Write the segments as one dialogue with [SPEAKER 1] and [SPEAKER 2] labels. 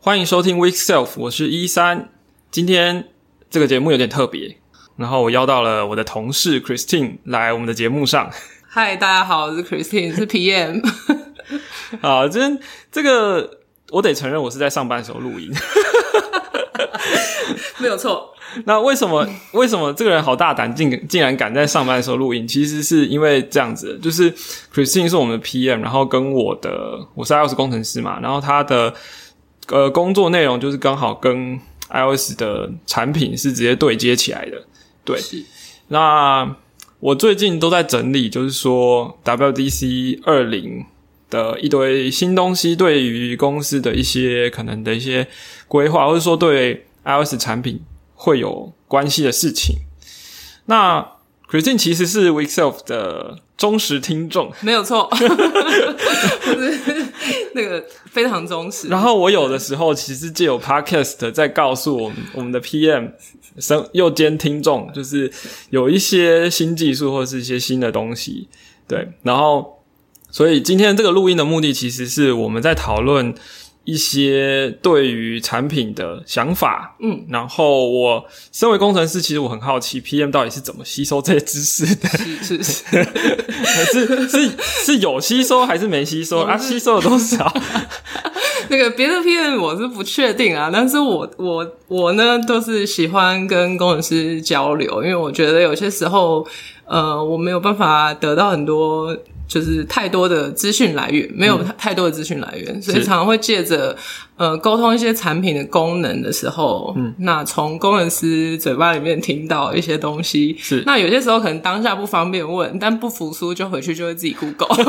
[SPEAKER 1] 欢迎收听 Week Self，我是一三。今天这个节目有点特别，然后我邀到了我的同事 Christine 来我们的节目上。
[SPEAKER 2] 嗨，大家好，我是 Christine，是 PM。
[SPEAKER 1] 啊，今天这个我得承认，我是在上班的时候录音。
[SPEAKER 2] 没有错，
[SPEAKER 1] 那为什么为什么这个人好大胆，竟竟然敢在上班的时候录音？其实是因为这样子，就是 Christine 是我们的 PM，然后跟我的我是 iOS 工程师嘛，然后他的呃工作内容就是刚好跟 iOS 的产品是直接对接起来的。对
[SPEAKER 2] 是
[SPEAKER 1] 那我最近都在整理，就是说 WDC 二零的一堆新东西，对于公司的一些可能的一些规划，或者说对 iOS 产品会有关系的事情。那 Christine 其实是 Weekself 的忠实听众，
[SPEAKER 2] 没有错， 就是那个非常忠实。
[SPEAKER 1] 然后我有的时候其实借由 podcast 在告诉我们我们的 PM 生又兼听众，就是有一些新技术或是一些新的东西，对。然后，所以今天这个录音的目的其实是我们在讨论一些对于产品的想法，
[SPEAKER 2] 嗯，
[SPEAKER 1] 然后我身为工程师，其实我很好奇 PM 到底是怎么吸收这些知识的，
[SPEAKER 2] 是是是，
[SPEAKER 1] 是是是有吸收还是没吸收啊？吸收了多少？
[SPEAKER 2] 那个别的 PM 我是不确定啊，但是我我我呢，都是喜欢跟工程师交流，因为我觉得有些时候，呃，我没有办法得到很多。就是太多的资讯来源，没有太太多的资讯来源，所
[SPEAKER 1] 嗯
[SPEAKER 2] 以
[SPEAKER 1] 是
[SPEAKER 2] 常常会借着呃沟通一些产品的功能的时候，嗯，那从工程师嘴巴里面听到一些东西，
[SPEAKER 1] 是
[SPEAKER 2] 那有些时候可能当下不方便问，但不服输就回去就会自己 Google，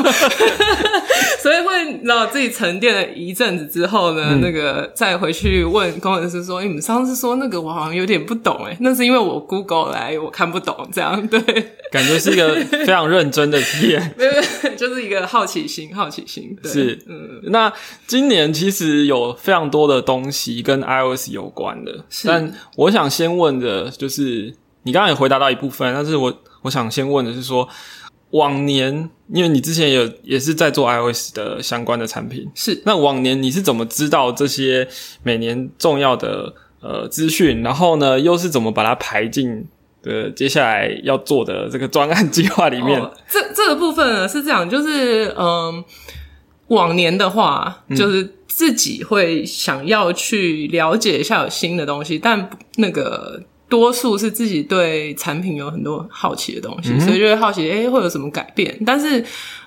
[SPEAKER 2] 所 以会你知道自己沉淀了一阵子之后呢，那个再回去问工程师说：“哎、你们上次说那个我好像有点不懂，哎，那是因为我 Google 来我看不懂，这样对，
[SPEAKER 1] 感觉是一个非常认真的 PM。
[SPEAKER 2] 没有没有 就是一个好奇心，好奇心，对嗯
[SPEAKER 1] 是，那今年其实有非常多的东西跟 iOS 有关的，
[SPEAKER 2] 是
[SPEAKER 1] 但我想先问的就是，你刚刚也回答到一部分，但是我我想先问的是说，往年因为你之前也有也是在做 iOS 的相关的产品，
[SPEAKER 2] 是
[SPEAKER 1] 那往年你是怎么知道这些每年重要的呃资讯，然后呢又是怎么把它排进？呃，接下来要做的这个专案计划里面，
[SPEAKER 2] 哦、这这个部分呢是这样，就是嗯，往年的话，
[SPEAKER 1] 嗯
[SPEAKER 2] 就是自己会想要去了解一下有新的东西，但不那个。多数是自己对产品有很多好奇的东西，
[SPEAKER 1] 嗯
[SPEAKER 2] 所以就会好奇，诶、会有什么改变？但是，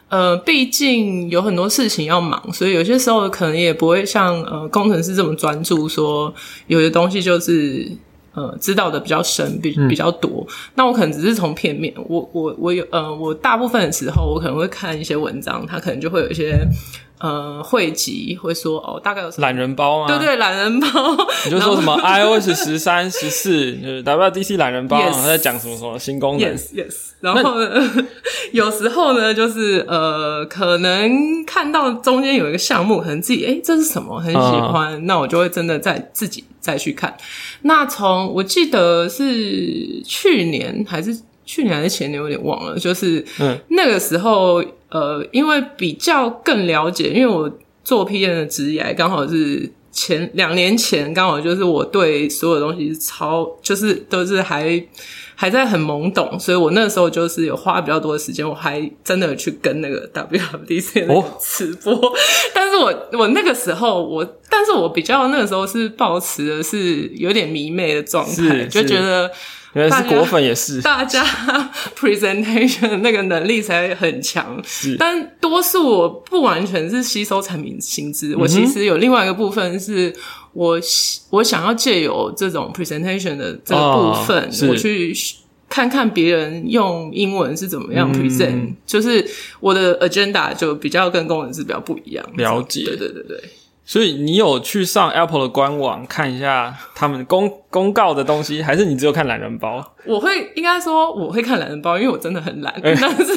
[SPEAKER 2] 呃，毕竟有很多事情要忙，所以有些时候可能也不会像呃工程师这么专注说有些东西就是呃知道的比较深，
[SPEAKER 1] 嗯
[SPEAKER 2] 比比较多。那我可能只是从片面，我我我有呃，我大部分的时候我可能会看一些文章，它可能就会有一些呃汇集，会说哦大概有什么。
[SPEAKER 1] 懒人包吗？
[SPEAKER 2] 对对，懒人包，
[SPEAKER 1] 你就说什么 iOS 十三、十四，就是 WDC 懒人包，
[SPEAKER 2] Yes
[SPEAKER 1] 然后在讲什么什么新功能
[SPEAKER 2] Yes, yes。然后呢，有时候呢，就是呃，可能看到中间有一个项目，可能自己哎，诶这是什么，很喜欢，那我就会真的再自己再去看。那从我记得是去年还是去年还是前年，有点忘了，就是
[SPEAKER 1] 嗯
[SPEAKER 2] 那个时候呃，因为比较更了解，因为我做 PM 的职业刚好是。前两年前，刚好就是我对所有东西是超，就是都是还还在很懵懂，所以我那时候就是有花比较多的时间，我还真的去跟那个 WWDC 的那个
[SPEAKER 1] 哦
[SPEAKER 2] 直播， 但是我我那个时候我，但是我比较那个时候是抱持的是有点迷妹的状态，
[SPEAKER 1] 是
[SPEAKER 2] 就是觉得
[SPEAKER 1] 原来是
[SPEAKER 2] 大家
[SPEAKER 1] 果粉也是，
[SPEAKER 2] 大家 presentation 的那个能力才很强
[SPEAKER 1] 是，
[SPEAKER 2] 但多数我不完全是吸收产品薪
[SPEAKER 1] 嗯
[SPEAKER 2] 资，我其实有另外一个部分是。我希我想要借由这种 presentation 的这个部
[SPEAKER 1] 哦
[SPEAKER 2] 分，
[SPEAKER 1] 是
[SPEAKER 2] 我去看看别人用英文是怎么样
[SPEAKER 1] 嗯
[SPEAKER 2] present，、就是我的 agenda 就比较跟工程师比较不一样。
[SPEAKER 1] 了解
[SPEAKER 2] 对对对对，
[SPEAKER 1] 所以你有去上 Apple 的官网看一下他们公公告的东西，还是你只有看懒人包？
[SPEAKER 2] 我会应该说我会看懒人包，因为我真的很懒，
[SPEAKER 1] 哎
[SPEAKER 2] 但是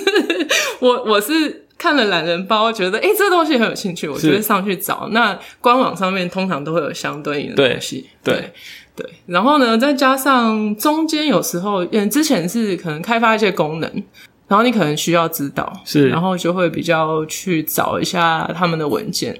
[SPEAKER 2] 我我是。看了懒人包，觉得诶这东西很有兴趣，我就会上去找。那官网上面通常都会有相对应的
[SPEAKER 1] 对
[SPEAKER 2] 东西，
[SPEAKER 1] 对
[SPEAKER 2] 对。然后呢，再加上中间有时候，嗯，之前是可能开发一些功能，然后你可能需要知道，
[SPEAKER 1] 是
[SPEAKER 2] 然后就会比较去找一下他们的文件。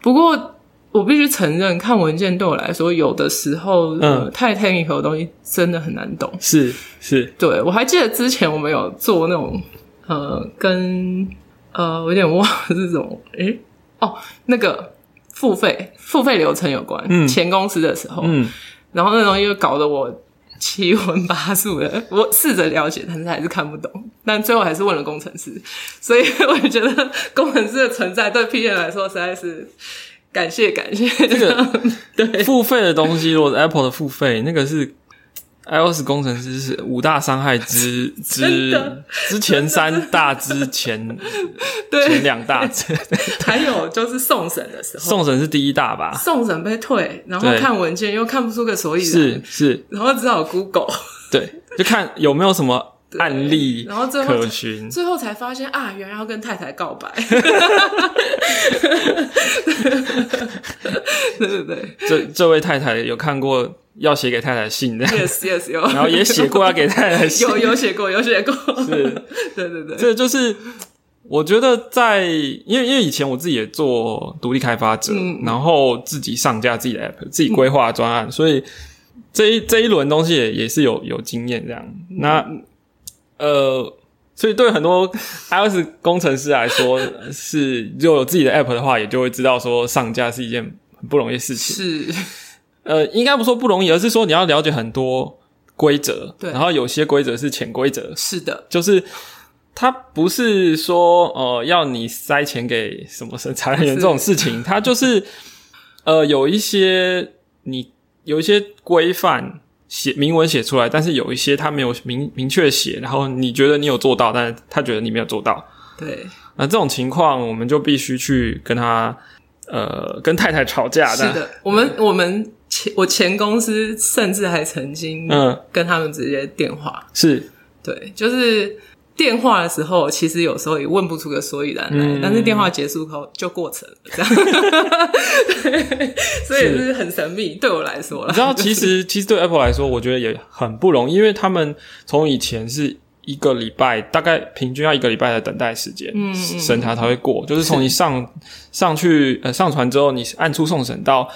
[SPEAKER 2] 不过我必须承认，看文件对我来说，有的时候、
[SPEAKER 1] 嗯
[SPEAKER 2] 呃、太 technical 的东西真的很难懂。
[SPEAKER 1] 是是，
[SPEAKER 2] 对我还记得之前我们有做那种呃，跟呃，我有点忘了这种，诶、哦，那个付费付费流程有关，
[SPEAKER 1] 嗯
[SPEAKER 2] 前公司的时候，
[SPEAKER 1] 嗯，
[SPEAKER 2] 然后那东西又搞得我七荤八素的，我试着了解，但是还是看不懂。但最后还是问了工程师，所以我觉得工程师的存在对 P N 来说实在是感谢感谢。这
[SPEAKER 1] 个
[SPEAKER 2] 对
[SPEAKER 1] 付费的东西，如果是 Apple 的付费，那个是 iOS 工程师是五大伤害之
[SPEAKER 2] 真
[SPEAKER 1] 之
[SPEAKER 2] 的
[SPEAKER 1] 之前三大之前前
[SPEAKER 2] 对，
[SPEAKER 1] 两大 之，
[SPEAKER 2] 还有就是送审的时候，
[SPEAKER 1] 送审是第一大吧？
[SPEAKER 2] 送审被退，然后
[SPEAKER 1] 对
[SPEAKER 2] 看文件又看不出个所以
[SPEAKER 1] 是
[SPEAKER 2] 然，
[SPEAKER 1] 是，
[SPEAKER 2] 然后只好 Google，
[SPEAKER 1] 对，就看有没有什么案例
[SPEAKER 2] 然后最后
[SPEAKER 1] 可循。
[SPEAKER 2] 最后才发现啊，原来要跟太太告 白。对对对
[SPEAKER 1] 这这位太太有看过要写给太太信的，
[SPEAKER 2] ，yes yes 有，
[SPEAKER 1] 然后也写过要给太太信
[SPEAKER 2] 有，有写过，有写过，
[SPEAKER 1] 是
[SPEAKER 2] 对对对，
[SPEAKER 1] 这就是我觉得在，因为因为以前我自己也做独立开发者，
[SPEAKER 2] 嗯
[SPEAKER 1] 然后自己上架自己的 app，自己规划专案，所以这一这一轮东西也也是有有经验这样。那
[SPEAKER 2] 嗯
[SPEAKER 1] 呃，所以对很多 iOS 工程师来说，是就有自己的 app 的话，也就会知道说上架是一件很不容易的事情。
[SPEAKER 2] 是
[SPEAKER 1] 呃，应该不说不容易，而是说你要了解很多规则，
[SPEAKER 2] 对
[SPEAKER 1] 然后有些规则是潜规则，
[SPEAKER 2] 是的，
[SPEAKER 1] 就是它不是说呃要你塞钱给什么审查人员
[SPEAKER 2] 是
[SPEAKER 1] 这种事情，它 就是呃有一些你有一些规范写明文写出来，但是有一些他没有明明确写，然后你觉得你有做到，但是他觉得你没有做到，
[SPEAKER 2] 对，
[SPEAKER 1] 那这种情况我们就必须去跟他呃跟太太吵架，
[SPEAKER 2] 是的，我们我们前我前公司甚至还曾经
[SPEAKER 1] 但，嗯，
[SPEAKER 2] 跟他们直接电话，
[SPEAKER 1] 是
[SPEAKER 2] 对，就是电话的时候，其实有时候也问不出个所以然来，
[SPEAKER 1] 嗯
[SPEAKER 2] 但是电话结束后就过程了，这样， 对，所以也是很神秘，对我来说
[SPEAKER 1] 你
[SPEAKER 2] 了
[SPEAKER 1] 知，道， 其实其实对 Apple 来说，我觉得也很不容易，因为他们从以前是一个礼拜，大概平均要一个礼拜的等待时间，
[SPEAKER 2] 嗯嗯
[SPEAKER 1] 审查才会过。就是从你上上去呃上传之后，你按出送审到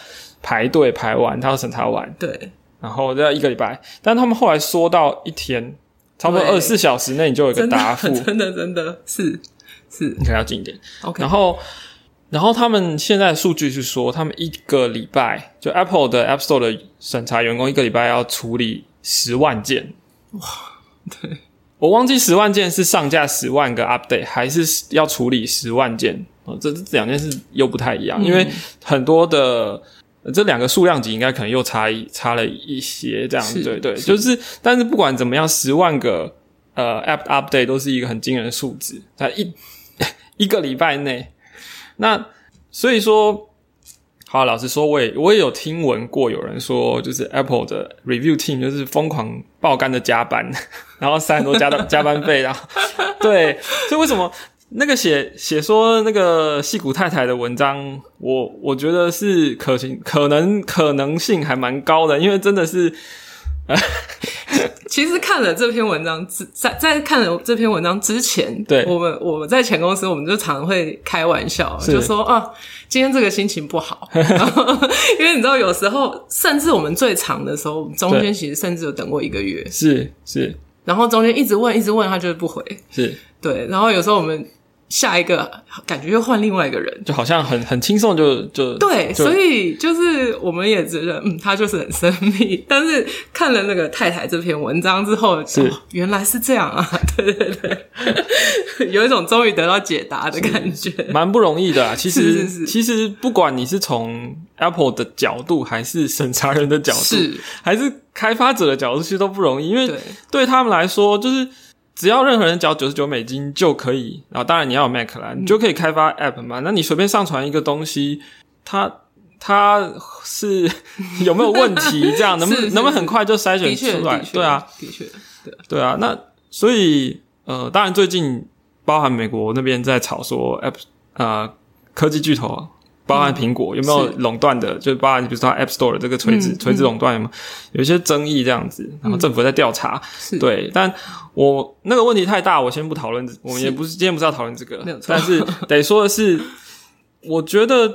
[SPEAKER 1] 排队排完，他要审查完，
[SPEAKER 2] 对，
[SPEAKER 1] 然后要一个礼拜。但他们后来缩到一天，差不多
[SPEAKER 2] 对
[SPEAKER 1] 二十四小时内你就有一个
[SPEAKER 2] 真的
[SPEAKER 1] 答复，你
[SPEAKER 2] 真的真的是是
[SPEAKER 1] 可能要近一点。
[SPEAKER 2] OK，
[SPEAKER 1] 然后，然后他们现在的数据是说，他们一个礼拜就 Apple 的 App Store 的审查员工一个礼拜要处理十万件。哇，对我忘记十万件是上架十万个 update，还是要处理十万件哦，这这两件事又不太一样，因为很多的。呃这两个数量级应该可能又差一差了一些，这样
[SPEAKER 2] 是
[SPEAKER 1] 对对，
[SPEAKER 2] 是
[SPEAKER 1] 就是但是不管怎么样，十万个呃 App Update 都是一个很惊人的数字，在一 一个礼拜内。那所以说，好，老实说，我也我也有听闻过有人说，就是 Apple 的 Review Team 就是疯狂爆肝的加班， 然后塞很多加班加班费，然后对，所以为什么那个写写说那个戏骨太太的文章，我我觉得是可行，可能可能性还蛮高的，因为真的是
[SPEAKER 2] 其实看了这篇文章之在在看了这篇文章之前，
[SPEAKER 1] 对
[SPEAKER 2] 我们我们在前公司，我们就常会开玩笑，
[SPEAKER 1] 是
[SPEAKER 2] 就说啊，今天这个心情 不好，然后 因为你知道，有时候甚至我们最长的时候，我们中
[SPEAKER 1] 对
[SPEAKER 2] 间其实甚至有等过一个月，
[SPEAKER 1] 是是
[SPEAKER 2] 然后中间一直问一直问，他就是不回，
[SPEAKER 1] 是，
[SPEAKER 2] 对，然后有时候我们下一个感觉又换另外一个人。
[SPEAKER 1] 就好像很很轻松就就
[SPEAKER 2] 对，
[SPEAKER 1] 就
[SPEAKER 2] 所以就是我们也觉得，嗯，他就是很神秘。但是看了那个太太这篇文章之后，
[SPEAKER 1] 是
[SPEAKER 2] 哦原来是这样啊！ 对对对，有一种终于得到解答的感 觉。
[SPEAKER 1] 蛮不容易的 啊。其实
[SPEAKER 2] 是是是
[SPEAKER 1] 其实不管你是从 Apple 的角度，还是审查人的角度，
[SPEAKER 2] 是，
[SPEAKER 1] 还是开发者的角度，其实都不容易，因为
[SPEAKER 2] 对，
[SPEAKER 1] 对他们来说，就是只要任何人缴九十九美金就可以，然后当然你要有 Mac
[SPEAKER 2] 嗯
[SPEAKER 1] 啦，你就可以开发 App 嘛。那你随便上传一个东西，它它是 有没有问题？这样能不
[SPEAKER 2] 是是
[SPEAKER 1] 能不能很快就筛
[SPEAKER 2] 的
[SPEAKER 1] 选
[SPEAKER 2] 确，
[SPEAKER 1] 出来
[SPEAKER 2] 的？确，
[SPEAKER 1] 对啊，，
[SPEAKER 2] 的确，对，
[SPEAKER 1] 对啊，那所以呃，当然最近包含美国那边在吵说 App 呃科技巨头啊，包含苹果、有没有
[SPEAKER 2] 嗯是
[SPEAKER 1] 垄断的，就是包含比如说它 App Store 的这个垂直、
[SPEAKER 2] 嗯
[SPEAKER 1] 垂直垄断有没有有一些争议这样子，然后政府在调查。
[SPEAKER 2] 是，
[SPEAKER 1] 对，但我那个问题太大，我先不讨论这，我们
[SPEAKER 2] 是
[SPEAKER 1] 也不是今天不是要讨论这个
[SPEAKER 2] 没有，错
[SPEAKER 1] 但是得说的是，我觉得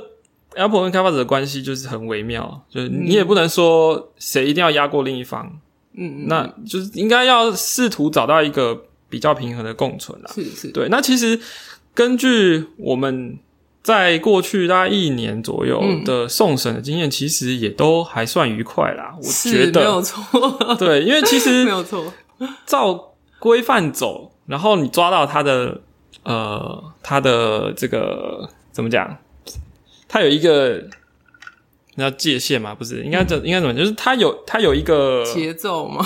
[SPEAKER 1] Apple 跟开发者的关系就是很微妙，就是你也不能说谁一定要压过另一方，
[SPEAKER 2] 嗯，
[SPEAKER 1] 那就是应该要试图找到一个比较平衡的共存啦。
[SPEAKER 2] 是是，
[SPEAKER 1] 对，那其实根据我们在过去大概一年左右
[SPEAKER 2] 嗯
[SPEAKER 1] 的送审的经验，其实也都还算愉快啦。我觉
[SPEAKER 2] 是没有
[SPEAKER 1] 得，
[SPEAKER 2] 错，
[SPEAKER 1] 对，因为其实
[SPEAKER 2] 没有错，
[SPEAKER 1] 照规范走，然后你抓到他的呃，他的这个怎么讲？他有一个那叫界限嘛，不是？应该
[SPEAKER 2] 嗯
[SPEAKER 1] 怎应该怎么讲？就是他有他有一个
[SPEAKER 2] 节奏嘛，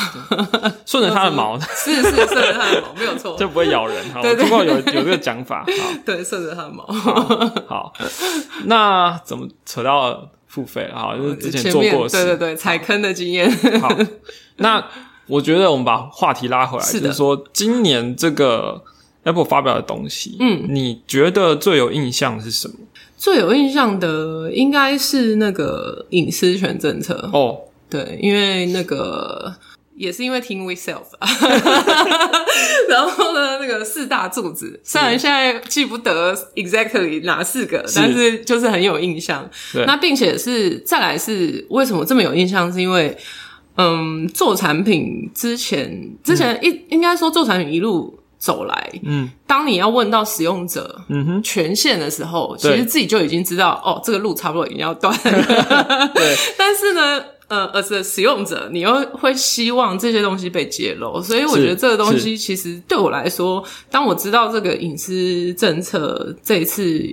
[SPEAKER 1] 顺着他的毛，
[SPEAKER 2] 是是顺着它的毛，没有错，
[SPEAKER 1] 就不会咬人。好，
[SPEAKER 2] 对对
[SPEAKER 1] 不过有有这个讲法。
[SPEAKER 2] 对，顺着它的毛。
[SPEAKER 1] 好，好，那怎么扯到付费？好，就是之前
[SPEAKER 2] 哦前
[SPEAKER 1] 做
[SPEAKER 2] 面
[SPEAKER 1] 过的
[SPEAKER 2] 对
[SPEAKER 1] 事
[SPEAKER 2] 对。对踩坑的经验，
[SPEAKER 1] 好，那我觉得我们把话题拉回来，
[SPEAKER 2] 是的
[SPEAKER 1] 就是说今年这个 Apple 发表的东西，
[SPEAKER 2] 嗯，
[SPEAKER 1] 你觉得最有印象是什么？
[SPEAKER 2] 最有印象的应该是那个隐私权政策
[SPEAKER 1] 哦，
[SPEAKER 2] 对，因为那个也是因为听 We Self，啊 然后呢，那个四大柱子，虽然现在记不得 exactly 哪四个，
[SPEAKER 1] 是
[SPEAKER 2] 但是就是很有印象
[SPEAKER 1] 对。
[SPEAKER 2] 那并且是再来是为什么这么有印象，是因为。嗯，做产品之前，之前一、应该说做产品一路走来，
[SPEAKER 1] 嗯
[SPEAKER 2] 当你要问到使用者，
[SPEAKER 1] 嗯哼，
[SPEAKER 2] 权限的时候，其
[SPEAKER 1] 对
[SPEAKER 2] 实自己就已经知道哦，这个路差不多已经要断 了。
[SPEAKER 1] 对，
[SPEAKER 2] 但是呢，呃，而是使用者，你又会希望这些东西被揭露，所以我
[SPEAKER 1] 是
[SPEAKER 2] 觉得这个东西其实对我来说，当我知道这个隐私政策这一次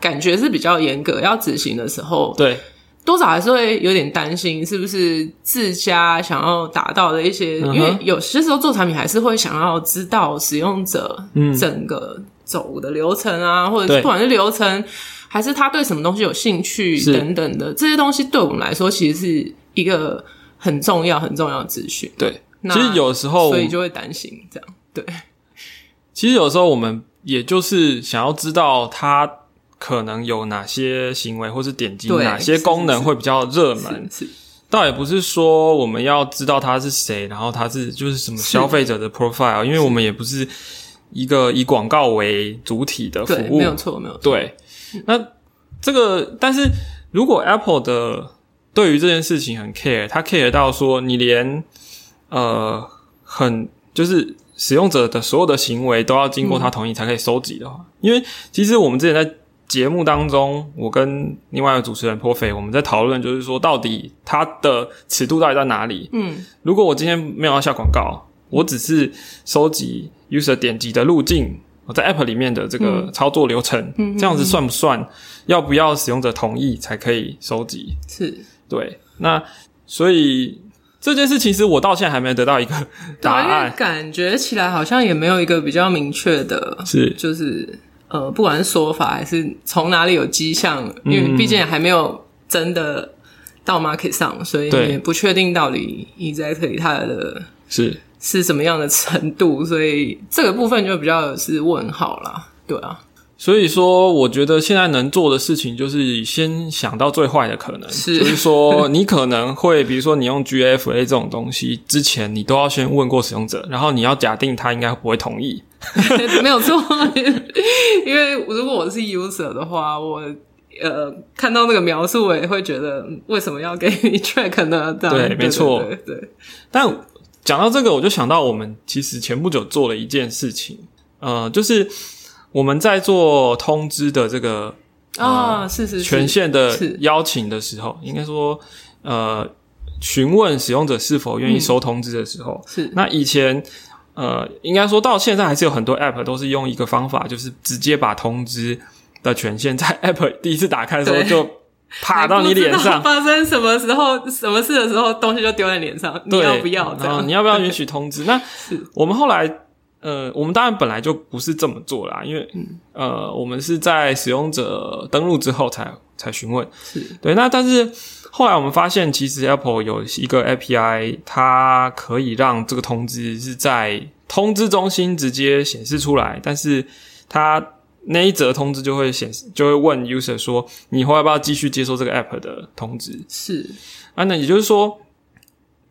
[SPEAKER 2] 感觉是比较严格要执行的时候，
[SPEAKER 1] 对，
[SPEAKER 2] 多少还是会有点担心，是不是自家想要达到的一些，
[SPEAKER 1] 嗯哼
[SPEAKER 2] 因为有些时候做产品还是会想要知道使用者
[SPEAKER 1] 嗯
[SPEAKER 2] 整个走的流程啊，或者
[SPEAKER 1] 对
[SPEAKER 2] 是不管是流程还是他对什么东西有兴趣
[SPEAKER 1] 是
[SPEAKER 2] 等等的，这些东西对我们来说其实是一个很重要很重要的资讯，
[SPEAKER 1] 对。
[SPEAKER 2] 那
[SPEAKER 1] 其实有时候
[SPEAKER 2] 所，以就会担心这样，对，
[SPEAKER 1] 其实有时候我们也就是想要知道它可能有哪些行为，或是点击
[SPEAKER 2] 对
[SPEAKER 1] 哪些
[SPEAKER 2] 是是
[SPEAKER 1] 功能
[SPEAKER 2] 是
[SPEAKER 1] 会比较热门。
[SPEAKER 2] 是是
[SPEAKER 1] 倒也不是说我们要知道他是谁，然后他是就是什么消费者的 profile，因为我们也不是一个以广告为主体的服
[SPEAKER 2] 对，
[SPEAKER 1] 务
[SPEAKER 2] 没。有错，没有错，
[SPEAKER 1] 对，那这个，但是如果 Apple 的对于这件事情很 care，他 care 到说你连呃很就是使用者的所有的行为都要经过他同意才可以收集的话，因为其实我们之前在节目当中，我跟另外一个主持人颇肥，我们在讨论就是说到底它的尺度到底在哪里？
[SPEAKER 2] 嗯，
[SPEAKER 1] 如果我今天没有要下广告，我只是收集 user 点击的路径，我在 app 里面的这个操作流程，
[SPEAKER 2] 嗯
[SPEAKER 1] 这样子算不算？要不要使用者同意才可以收集？
[SPEAKER 2] 是。
[SPEAKER 1] 对，那所以这件事其实我到现在还没得到一个
[SPEAKER 2] 对
[SPEAKER 1] 答
[SPEAKER 2] 啊，因为
[SPEAKER 1] 案，
[SPEAKER 2] 感觉起来好像也没有一个比较明确的
[SPEAKER 1] 是
[SPEAKER 2] 就是呃，不管是说法还是从哪里有迹象，
[SPEAKER 1] 嗯
[SPEAKER 2] 因为毕竟还没有真的到 market 上，所以
[SPEAKER 1] 对
[SPEAKER 2] 你也不确定到底 exactly 它的
[SPEAKER 1] 是
[SPEAKER 2] 是什么样的程度，所以这个部分就比较是问号啦。对啊，
[SPEAKER 1] 所以说，我觉得现在能做的事情就是先想到最坏的可能，
[SPEAKER 2] 是
[SPEAKER 1] 就是说你可能会，比如说你用 GFA 这种东西之前，你都要先问过使用者，然后你要假定他应该不会同意，
[SPEAKER 2] 没有错， 因为如果我是 user 的话，我。呃，看到那个描述，我也会觉得嗯为什么要给你 track 呢？这样
[SPEAKER 1] 对没错
[SPEAKER 2] 对对对
[SPEAKER 1] 但讲到这个，我就想到我们其实前不久做了一件事情，呃，就是我们在做通知的这个
[SPEAKER 2] 啊，是是是，
[SPEAKER 1] 权限的
[SPEAKER 2] 是
[SPEAKER 1] 邀请的时候，应该说呃询问使用者是否愿意收通知的时候，
[SPEAKER 2] 嗯是
[SPEAKER 1] 那以前呃应该说到现在还是有很多 app 都是用一个方法，就是直接把通知的权限在 app 第一次打开的时候
[SPEAKER 2] 对
[SPEAKER 1] 就啪到你脸
[SPEAKER 2] 不知道
[SPEAKER 1] 上，
[SPEAKER 2] 发生什么时候、什么事的时候，东西就丢在脸上，你
[SPEAKER 1] 对，
[SPEAKER 2] 要不要这
[SPEAKER 1] 然后
[SPEAKER 2] 样？
[SPEAKER 1] 你要不要允许通知？那
[SPEAKER 2] 是
[SPEAKER 1] 我们后来，呃，我们当然本来就不是这么做啦，因为、
[SPEAKER 2] 嗯
[SPEAKER 1] 呃，我们是在使用者登录之后才才询问。
[SPEAKER 2] 是
[SPEAKER 1] 对，那但是后来我们发现，其实 Apple 有一个 API，它可以让这个通知是在通知中心直接显示出来，但是它。那一则通知就会显示，就会问 user 说，你以后要不要继续接受这个 app 的通知？
[SPEAKER 2] 是，
[SPEAKER 1] 啊，那也就是说，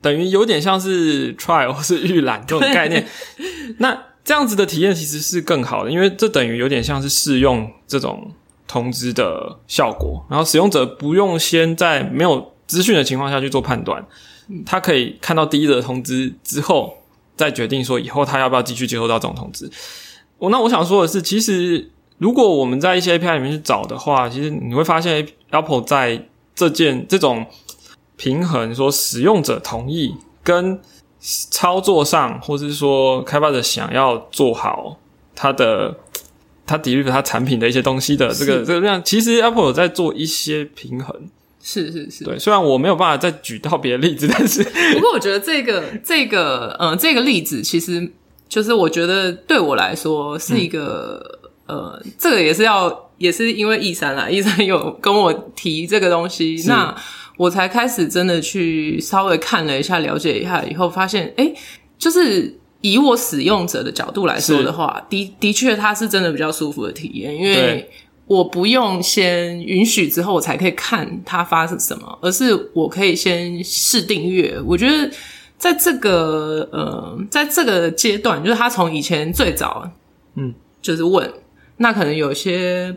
[SPEAKER 1] 等于有点像是 trial 或是预览这种概念。那这样子的体验其实是更好的，因为这等于有点像是试用这种通知的效果，然后使用者不用先在没有资讯的情况下去做判断，他可以看到第一则通知之后，再决定说以后他要不要继续接收到这种通知。我那我想说的是，其实如果我们在一些 API 里面去找的话，其实你会发现 Apple 在这件这种平衡说使用者同意跟操作上，或是说开发者想要做好它的它 deliver 它产品的一些东西的这个
[SPEAKER 2] 是
[SPEAKER 1] 这个量，其实 Apple 有在做一些平衡。
[SPEAKER 2] 是是是，
[SPEAKER 1] 对，虽然我没有办法再举到别的例子，但是
[SPEAKER 2] 不过我觉得这个这个呃这个例子，其实就是我觉得对我来说是一个、
[SPEAKER 1] 嗯
[SPEAKER 2] 呃，这个也是要也是因为易 山啦，易山有跟我提这个东西，
[SPEAKER 1] 是
[SPEAKER 2] 那我才开始真的去稍微看了一下，了解一下以后，发现哎，诶就是。以我使用者的角度来说
[SPEAKER 1] 是
[SPEAKER 2] 的话，的的确它是真的比较舒服的体验，因为
[SPEAKER 1] 对
[SPEAKER 2] 我不用先允许之后我才可以看它发生什么，而是我可以先试订阅。我觉得在这个呃，在这个阶段，就是他从以前最早，
[SPEAKER 1] 嗯，
[SPEAKER 2] 就是问，那可能有些。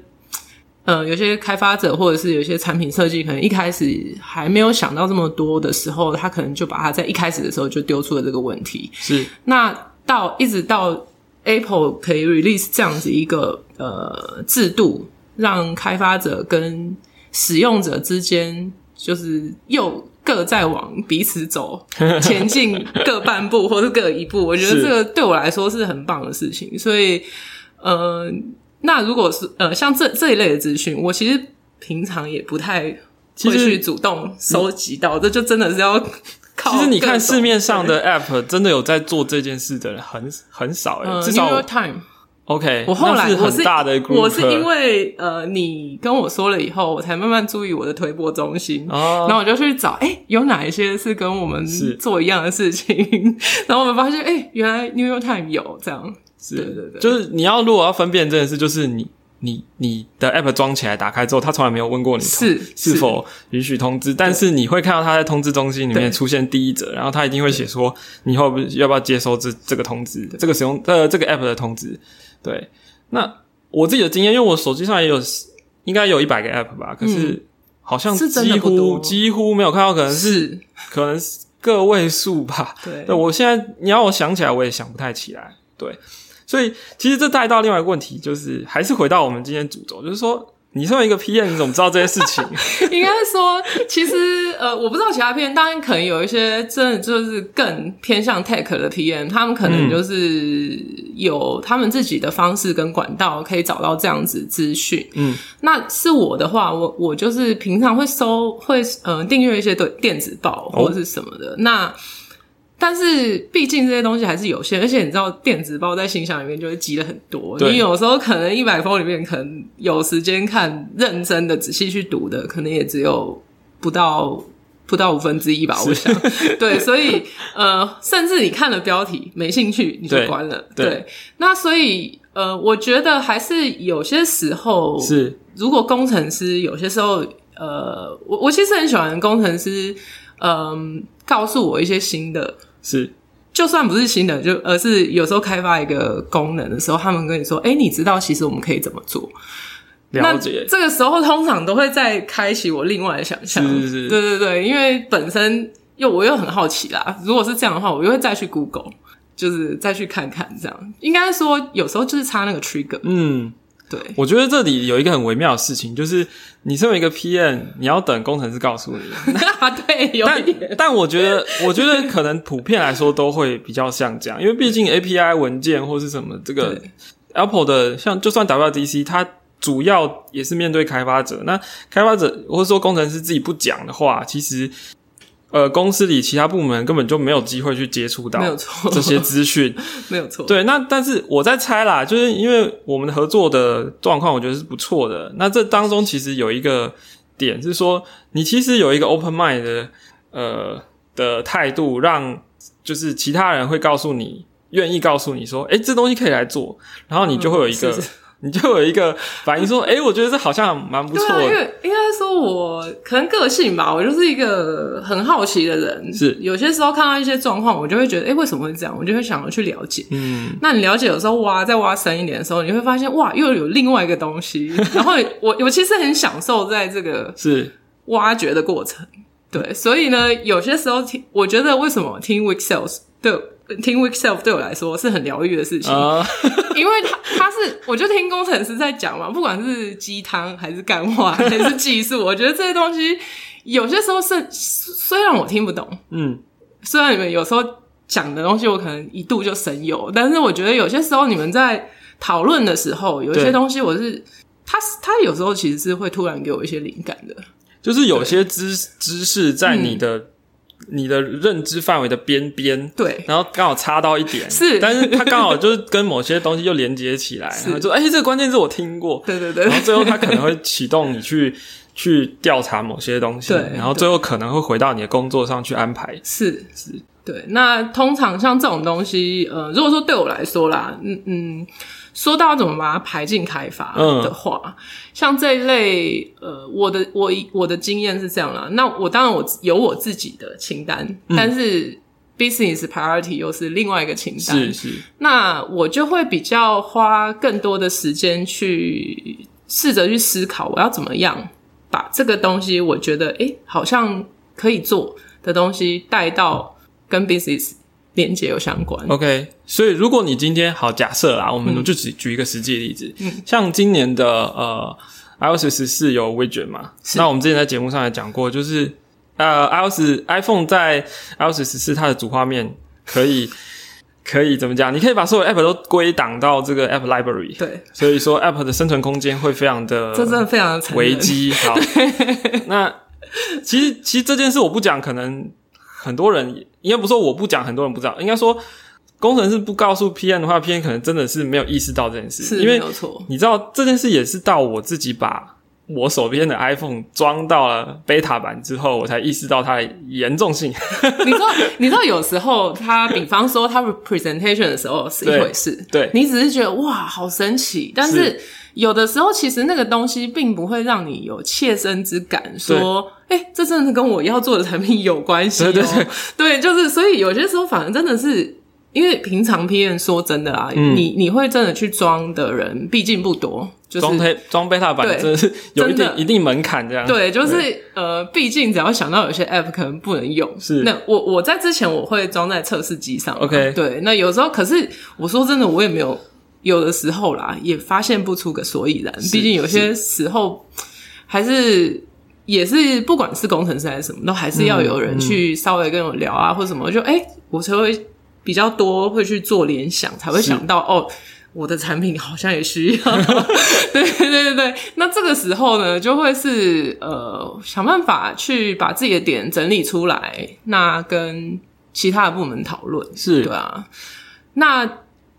[SPEAKER 2] 呃，有些开发者或者是有些产品设计，可能一开始还没有想到这么多的时候，他可能就把他在一开始的时候就丢出了这个问题。
[SPEAKER 1] 是
[SPEAKER 2] 那到一直到 Apple 可以 release 这样子一个呃制度，让开发者跟使用者之间就是又各在往彼 此走前进各半步或是各一步，我觉得
[SPEAKER 1] 是
[SPEAKER 2] 这个对我来说是很棒的事情。所以，呃，那如果是呃像这这一类的资讯，我其实平常也不太。
[SPEAKER 1] 其
[SPEAKER 2] 会
[SPEAKER 1] 实
[SPEAKER 2] 去主动收集到，这就真的是要靠。
[SPEAKER 1] 其实你看市面上的 App 真的有在做这件事的人很很少、欸，
[SPEAKER 2] 呃
[SPEAKER 1] 至
[SPEAKER 2] New
[SPEAKER 1] 少
[SPEAKER 2] York
[SPEAKER 1] 我
[SPEAKER 2] Time，
[SPEAKER 1] OK，
[SPEAKER 2] 我后
[SPEAKER 1] 那
[SPEAKER 2] 来
[SPEAKER 1] 是
[SPEAKER 2] 我是
[SPEAKER 1] 很大的 group，
[SPEAKER 2] 我是因为呃，你跟我说了以后，我才慢慢注意我的推播中心。
[SPEAKER 1] 哦
[SPEAKER 2] 然后我就去找，哎、有哪一些是跟我们
[SPEAKER 1] 是
[SPEAKER 2] 做一样的事情？ 然后我们发现，哎、原来 New York Time 有这样，
[SPEAKER 1] 是
[SPEAKER 2] 对对对
[SPEAKER 1] 就是你要如果要分辨这件事，就是你你你的 app 装起来打开之后，它从来没有问过你通
[SPEAKER 2] 是
[SPEAKER 1] 是否允许通知，但是你会看到它在通知中心里面
[SPEAKER 2] 对
[SPEAKER 1] 出现第一则，然后它一定会写说你以后不要不要接收这这个通知，这个使用呃这个 app 的通知。对，那我自己的经验，因为我手机上也有应该有一百个 app 吧，可是好像
[SPEAKER 2] 嗯是真的
[SPEAKER 1] 几
[SPEAKER 2] 不
[SPEAKER 1] 乎
[SPEAKER 2] 多
[SPEAKER 1] 几乎没有看到，可能是
[SPEAKER 2] 是，
[SPEAKER 1] 可能是个位数吧。
[SPEAKER 2] 对
[SPEAKER 1] 对，我现在你要我想起来，我也想不太起来。对，所以其实这带到另外一个问题，就是还是回到我们今天主轴，就是说，你身为一个 PM，你怎么知道这些事 情？
[SPEAKER 2] 应该说，其实呃，我不知道其他 PM，当然可能有一些真的就是更偏向 tech 的 PM，他们可能
[SPEAKER 1] 嗯
[SPEAKER 2] 就是有他们自己的方式跟管道，可以找到这样子资讯。
[SPEAKER 1] 嗯，
[SPEAKER 2] 那是我的话，我我就是平常会收会呃订阅一些对电子报
[SPEAKER 1] 哦
[SPEAKER 2] 或者是什么的。那但是毕竟这些东西还是有限，而且你知道电子报在信箱里面就会积了很多，
[SPEAKER 1] 对
[SPEAKER 2] 你有时候可能一百封里面可能有时间看认真的仔细去读的，可能也只有不到。不到五分之一吧，我想。对，所以呃，甚至你看了标题没兴趣，你就
[SPEAKER 1] 对
[SPEAKER 2] 关了。
[SPEAKER 1] 对
[SPEAKER 2] 对，那所以呃，我觉得还是有些时候
[SPEAKER 1] 是
[SPEAKER 2] 如果工程师有些时候，呃，我我其实很喜欢工程师，嗯、告诉我一些新的，
[SPEAKER 1] 是
[SPEAKER 2] 就算不是新的，就而是有时候开发一个功能的时候，他们跟你说，哎、你知道其实我们可以怎么做？
[SPEAKER 1] 了解
[SPEAKER 2] 那，这个时候通常都会再开启我另外的想象，
[SPEAKER 1] 是是是
[SPEAKER 2] 对对对，因为本身又我又很好奇啦，如果是这样的话，我又会再去 Google。就是再去看看，这样应该说有时候就是差那个 trigger，
[SPEAKER 1] 嗯。
[SPEAKER 2] 对，
[SPEAKER 1] 我觉得这里有一个很微妙的事情，就是你身为一个 PM，你要等工程师告 诉你。
[SPEAKER 2] 对，有一点，
[SPEAKER 1] 但但我觉得，我觉得可能普遍来说都会比较像这样，因为毕竟 API 文件或是什么这个
[SPEAKER 2] 对
[SPEAKER 1] Apple 的，像就算 WDC，它主要也是面对开发者。那开发者或者说工程师自己不讲的话，其实呃公司里其他部门根本就没有机会去接触到
[SPEAKER 2] 没有错，
[SPEAKER 1] 这些资讯。
[SPEAKER 2] 没有错，
[SPEAKER 1] 对，那但是我在猜啦，就是因为我们合作的状况，我觉得是不错的。那这当中其实有一个点是说，你其实有一个 open mind 的呃的态度，让就是其他人会告诉你，愿意告诉你说，哎、这东西可以来做，然后你就会有一个
[SPEAKER 2] 嗯是是
[SPEAKER 1] 你就有一个反应说，哎、我觉得这好像蛮不
[SPEAKER 2] 对
[SPEAKER 1] 错
[SPEAKER 2] 啊，因
[SPEAKER 1] 的。
[SPEAKER 2] 为应该说我可能个性吧，我就是一个很好奇的人，
[SPEAKER 1] 是
[SPEAKER 2] 有些时候看到一些状况，我就会觉得，哎、为什么会这样？我就会想要去了解。
[SPEAKER 1] 嗯，
[SPEAKER 2] 那你了解有时候挖再挖深一点的时候，你会发现哇，又有另外一个东西。然后我 我其实很享受在这个
[SPEAKER 1] 是
[SPEAKER 2] 挖掘的过程，对，所以呢，有些时候听，我觉得为什么听 Week Sales 对听 Week Self 对我来说是很疗愈的事情，
[SPEAKER 1] 啊、
[SPEAKER 2] 因为他他是我就听工程师在讲嘛，不管是鸡汤还是干话还是技术，我觉得这些东西有些时候是虽然我听不懂，
[SPEAKER 1] 嗯，
[SPEAKER 2] 虽然你们有时候讲的东西我可能一度就神游，但是我觉得有些时候你们在讨论的时候，有一些
[SPEAKER 1] 对
[SPEAKER 2] 东西我是他他有时候其实是会突然给我一些灵感的，
[SPEAKER 1] 就是有些知知识在你的、
[SPEAKER 2] 嗯
[SPEAKER 1] 你的认知范围的边边，
[SPEAKER 2] 对。
[SPEAKER 1] 然后刚好插到一点，
[SPEAKER 2] 是
[SPEAKER 1] 但是它刚好就是跟某些东西又连接起来，然后就哎、这个关键字我听过，
[SPEAKER 2] 对对对
[SPEAKER 1] 然，后最后它可能会启动你去去调查某些东西，
[SPEAKER 2] 对
[SPEAKER 1] 然后最后可能会回到你的工作上去安排。
[SPEAKER 2] 是是，对。那通常像这种东西，呃，如果说对我来说啦，嗯嗯，说到怎么把它排进开发
[SPEAKER 1] 嗯
[SPEAKER 2] 的话，像这一类，呃，我的我以我的经验是这样啦。那我当然我有我自己的清单，
[SPEAKER 1] 嗯
[SPEAKER 2] 但是 business priority 又是另外一个清单，
[SPEAKER 1] 是是，
[SPEAKER 2] 那我就会比较花更多的时间去试着去思考，我要怎么样把这个东西，我觉得诶、好像可以做的东西带到跟 business 连接有相关。
[SPEAKER 1] OK，所以如果你今天好假设啦，我
[SPEAKER 2] 嗯
[SPEAKER 1] 们就只举一个实际例子，像今年的呃 iOS 十四有 widget 嘛，那我们之前在节目上也讲过，就是呃 iOS iPhone 在 iOS 十四它的主画面可以 可以怎么讲？你可以把所有 app 都归档到这个 app library，
[SPEAKER 2] 对，
[SPEAKER 1] 所以说 app 的生存空间会非常的
[SPEAKER 2] 这真的非常的残忍
[SPEAKER 1] 危。 机。好，那其实其实这件事我不讲，可能很多人应该不是说我不讲，很多人不知道，应该说工程师不告诉 PM 的话，PM 可能真的是没有意识到这件事，
[SPEAKER 2] 是
[SPEAKER 1] 因
[SPEAKER 2] 没
[SPEAKER 1] 为
[SPEAKER 2] 有错，
[SPEAKER 1] 你知道这件事也是到我自己把。我手边的 iPhone 装到了 beta 版之后，我才意识到它的严重性。
[SPEAKER 2] 你知道，你知道有时候他，比方说他 presentation 的时候是一
[SPEAKER 1] 对
[SPEAKER 2] 回事，
[SPEAKER 1] 对
[SPEAKER 2] 你只是觉得哇，好神奇，但是有的时候其实那个东西并不会让你有切身之感，说，哎、这真的跟我要做的产品有关系、哦，
[SPEAKER 1] 对对
[SPEAKER 2] 对就是所以有些时候反而真的是。因为平常 P N 说真的啊，
[SPEAKER 1] 嗯
[SPEAKER 2] 你你会真的去装的人毕竟不多，就是
[SPEAKER 1] 装推装 beta 版
[SPEAKER 2] 对
[SPEAKER 1] 真的是有一
[SPEAKER 2] 真的
[SPEAKER 1] 定一定门槛，这样
[SPEAKER 2] 对，就是呃，毕竟只要想到有些 app 可能不能用，
[SPEAKER 1] 是
[SPEAKER 2] 那我我在之前我会装在测试机上嘛
[SPEAKER 1] OK
[SPEAKER 2] 对，那有时候可是我说真的，我也没有有的时候啦，也发现不出个所以然，毕竟有些时候还是。也是，不管是工程师还是什么，都还是
[SPEAKER 1] 嗯
[SPEAKER 2] 要有人去稍微跟我聊啊，或什么，就哎、我才会比较多会去做联想，才会想到哦，我的产品好像也需要。 对对对对，那这个时候呢，就会是呃想办法去把自己的点整理出来，那跟其他的部门讨论，
[SPEAKER 1] 是
[SPEAKER 2] 对啊。那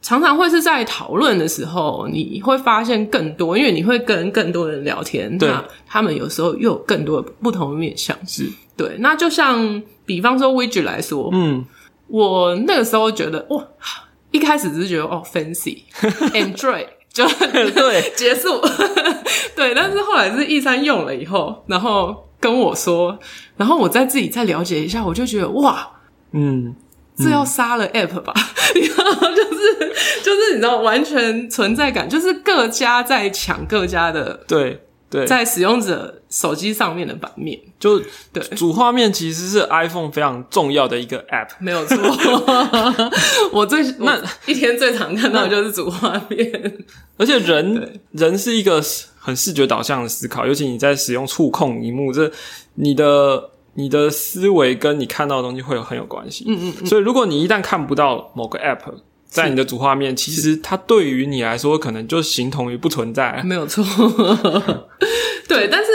[SPEAKER 2] 常常会是在讨论的时候，你会发现更多，因为你会跟更多人聊天，
[SPEAKER 1] 对
[SPEAKER 2] 那他们有时候又有更多的不同的面向。
[SPEAKER 1] 是
[SPEAKER 2] 对，那就像比方说 widget 来说，
[SPEAKER 1] 嗯
[SPEAKER 2] 我那个时候觉得哇，一开始只是觉得哦 fancy，enjoy 就
[SPEAKER 1] 对
[SPEAKER 2] 结束，对，但是后来是一三用了以后，然后跟我说，然后我再自己再了解一下，我就觉得哇，
[SPEAKER 1] 嗯
[SPEAKER 2] 这要杀了 app 吧， 然后就是就是你知道完全存在感，就是各家在抢各家的
[SPEAKER 1] 对对，
[SPEAKER 2] 在使用者手机上面的版面，
[SPEAKER 1] 就
[SPEAKER 2] 对
[SPEAKER 1] 主画面其实是 iPhone 非常重要的一个 App。
[SPEAKER 2] 没有 错，我最那
[SPEAKER 1] 那
[SPEAKER 2] 一天最常看到的就是主画面，
[SPEAKER 1] 而且人人是一个很视觉导向的思考，尤其你在使用触控荧幕，这你的你的思维跟你看到的东西会有很有关系。嗯嗯所以如果你一旦看不到某个 App 在你的主画面，其实它对于你来说可能就形同于不存在。
[SPEAKER 2] 没有错， 对，但是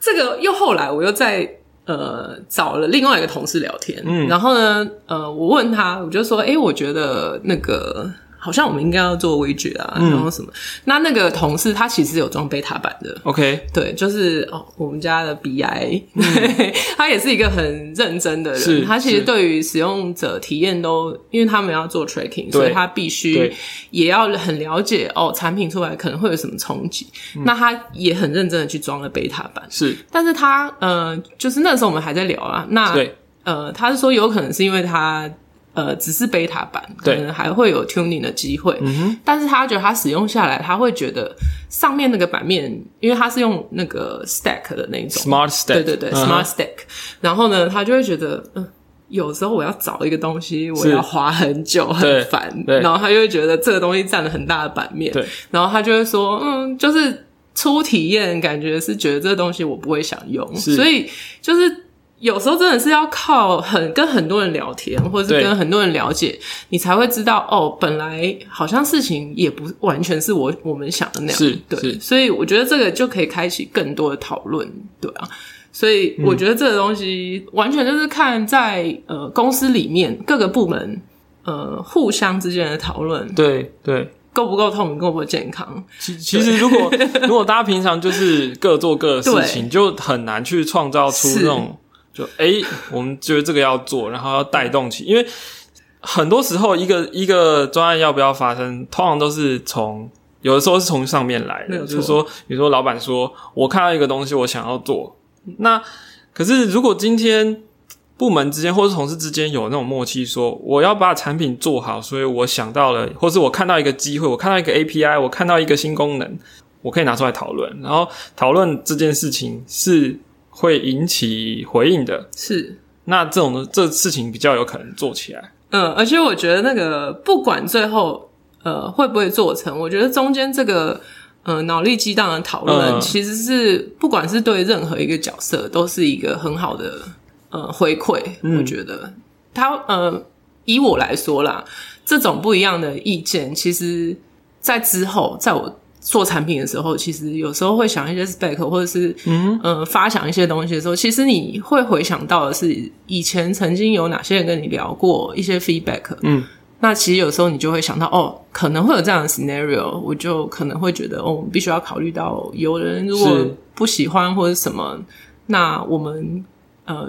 [SPEAKER 2] 这个又后来我又在呃找了另外一个同事聊天，嗯，然后呢，呃，我问他，我就说，诶，我觉得那个。好像我们应该要做微举啊，然后什么？那那个同事他其实有装贝塔版的，
[SPEAKER 1] OK，
[SPEAKER 2] 对，就是哦，我们家的 BI，、对， 他也是一个很认真的
[SPEAKER 1] 嗯是
[SPEAKER 2] 人，他其
[SPEAKER 1] 是
[SPEAKER 2] 实对于使用者体验都，因为他们要做 tracking，所以他必须
[SPEAKER 1] 对
[SPEAKER 2] 也要很了解哦，产品出来可能会有什么冲击，
[SPEAKER 1] 嗯
[SPEAKER 2] 那他也很认真的去装了 beta 版，
[SPEAKER 1] 是
[SPEAKER 2] 但是他呃，就是那时候我们还在聊啊，那
[SPEAKER 1] 对
[SPEAKER 2] 呃，他是说有可能是因为他呃只是 beta 版，可
[SPEAKER 1] 对
[SPEAKER 2] 能还会有 tuning 的机会。但是他觉得他使用下来，他会觉得上面那个版面，因为他是用那个 stack 的那一种
[SPEAKER 1] Smart Step，
[SPEAKER 2] 对对对、
[SPEAKER 1] 嗯
[SPEAKER 2] s m a r
[SPEAKER 1] 哼
[SPEAKER 2] t stack。然后呢，他就会觉得嗯。有时候我要找一个东西，我
[SPEAKER 1] 是
[SPEAKER 2] 要花很久，
[SPEAKER 1] 对
[SPEAKER 2] 很烦，
[SPEAKER 1] 对
[SPEAKER 2] 然后他就会觉得这个东西占了很大的版面，
[SPEAKER 1] 对，
[SPEAKER 2] 然后他就会说，嗯，就是初体验感觉是觉得这个东西我不会想用，
[SPEAKER 1] 是
[SPEAKER 2] 所以就是有时候真的是要靠很跟很多人聊天，或者
[SPEAKER 1] 对
[SPEAKER 2] 是跟很多人了解，你才会知道哦，本来好像事情也不完全是我我们想的那样，
[SPEAKER 1] 是
[SPEAKER 2] 对，
[SPEAKER 1] 是
[SPEAKER 2] 所以我觉得这个就可以开启更多的讨论，对啊。所以我觉得这个东西完全就是看在呃公司里面各个部门呃互相之间的讨论
[SPEAKER 1] 对对。
[SPEAKER 2] 够不够痛，够不够健康，
[SPEAKER 1] 其其实，如果如果大家平常就是各做各的事情，就很难去创造出
[SPEAKER 2] 是
[SPEAKER 1] 那种就诶，我们觉得这个要做，然后要带动起，因为很多时候一个一个专案要不要发生，通常都是从有的时候是从上面来
[SPEAKER 2] 没
[SPEAKER 1] 的，
[SPEAKER 2] 有错
[SPEAKER 1] 就是说，比如说老板说我看到一个东西，我想要做，那可是如果今天部门之间或是同事之间有那种默契说，我要把产品做好，所以我想到了，或是我看到一个机会，我看到一个 API，我看到一个新功能，我可以拿出来讨论，然后讨论这件事情是会引起回应的。
[SPEAKER 2] 是，
[SPEAKER 1] 那这种的这事情比较有可能做起来，
[SPEAKER 2] 嗯，而且我觉得那个不管最后呃会不会做成，我觉得中间这个呃脑力激荡的讨论，
[SPEAKER 1] 嗯
[SPEAKER 2] 其实是不管是对任何一个角色，都是一个很好的呃回馈。我觉得他呃，以我来说啦，这种不一样的意见，其实在之后，在我。做产品的时候，其实有时候会想一些 spec，或者是嗯呃发想一些东西的时候，其实你会回想到的是以前曾经有哪些人跟你聊过一些 feedback，
[SPEAKER 1] 嗯，
[SPEAKER 2] 那其实有时候你就会想到，哦，可能会有这样的 scenario，我就可能会觉得，哦，我们必须要考虑到有人如果
[SPEAKER 1] 是
[SPEAKER 2] 不喜欢或者什么，那我们呃，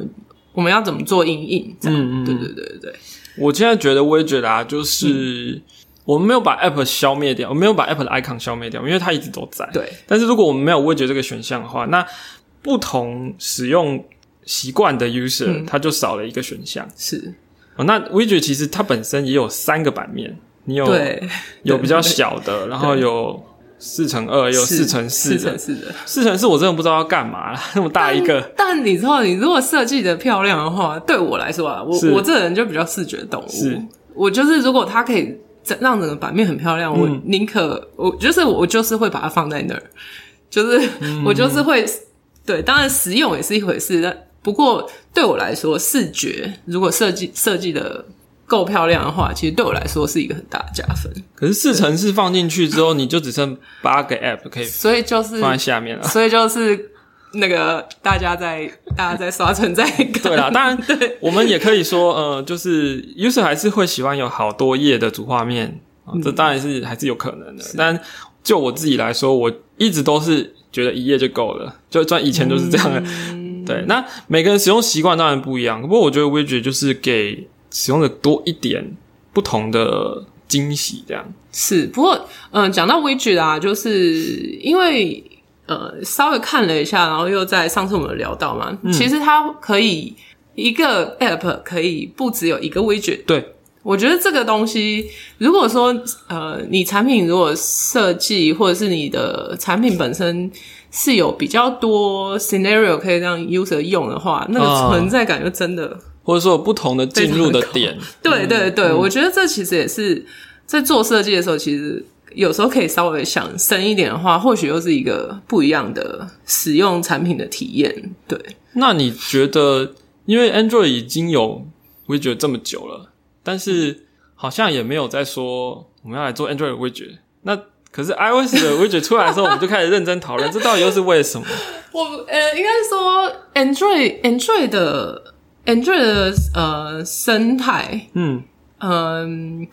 [SPEAKER 2] 我们要怎么做应应？这样，
[SPEAKER 1] 嗯嗯嗯
[SPEAKER 2] 对对对对对，
[SPEAKER 1] 我现在觉得，我也觉得啊，
[SPEAKER 2] 嗯
[SPEAKER 1] 就是我们没有把 App 消灭掉，我没有把 App 的 icon 消灭掉，因为它一直都在。
[SPEAKER 2] 对
[SPEAKER 1] 但是如果我们没有味觉这个选项的话，那不同使用习惯的 user、
[SPEAKER 2] 嗯
[SPEAKER 1] 它就少了一个选项。
[SPEAKER 2] 是，
[SPEAKER 1] 哦，那 widget 其实它本身也有三个版面，你有
[SPEAKER 2] 对，
[SPEAKER 1] 有比较小的，然后有四乘二，有
[SPEAKER 2] 是
[SPEAKER 1] 四乘四
[SPEAKER 2] 四乘
[SPEAKER 1] 的。
[SPEAKER 2] 四的。
[SPEAKER 1] 四乘四我真的不知道要干嘛啦， 那么大一个，
[SPEAKER 2] 但你知道，你如果设计的漂亮的话，对我来说啊，我
[SPEAKER 1] 是
[SPEAKER 2] 我这人就比较视觉动
[SPEAKER 1] 是
[SPEAKER 2] 物。我就是如果它可以整让整个版面很漂亮，我
[SPEAKER 1] 嗯
[SPEAKER 2] 宁可我就是我就是会把它放在那儿，就是、
[SPEAKER 1] 嗯
[SPEAKER 2] 我就是会对，当然实用也是一回事，但不过对我来说，视觉如果设计设计的够漂亮的话，其实对我来说是一个很大的加分。
[SPEAKER 1] 可是四乘四放进去之后，你就只剩八个 app 可以
[SPEAKER 2] 所以就是
[SPEAKER 1] 放在下面了。
[SPEAKER 2] 所以就是那个大家在大家在刷存在感，
[SPEAKER 1] 对啦，当然
[SPEAKER 2] 对。
[SPEAKER 1] 我们也可以说，呃，就是 user 还是会喜欢有好多页的主画面、啊这当然是还是有可能的。但就我自己来说，我一直都是觉得一页就够了，就算以前都是这样的。对，那每个人使用习惯当然不一样，不过我觉得 widget 就是给使用者多一点不同的惊喜，这样
[SPEAKER 2] 是，不过，嗯、讲到 widget 啊，就是因为呃，稍微看了一下，然后又在上次我们有聊到嘛，其实它可以一个 app 可以不只有一个 widget。
[SPEAKER 1] 对，
[SPEAKER 2] 我觉得这个东西，如果说呃，你产品如果设计或者是你的产品本身是有比较多 scenario 可以让 user 用的话，那
[SPEAKER 1] 啊
[SPEAKER 2] 个存在感就真的
[SPEAKER 1] 或者说有不同的进入的点，
[SPEAKER 2] 对对对，我觉得这其实也是在做设计的时候，其实有时候可以稍微想深一点的话，或许又是一个不一样的使用产品的体验。对，
[SPEAKER 1] 那你觉得，因为 Android 已经有 widget 这么久了，但是好像也没有在说我们要来做 Android 的 widget。那可是 iOS 的 widget 出来的时候，我们就开始认真讨论，这到底又是为什么？
[SPEAKER 2] 我呃，应该说 Android Android 的 Android 的呃生态，
[SPEAKER 1] 嗯，
[SPEAKER 2] 嗯，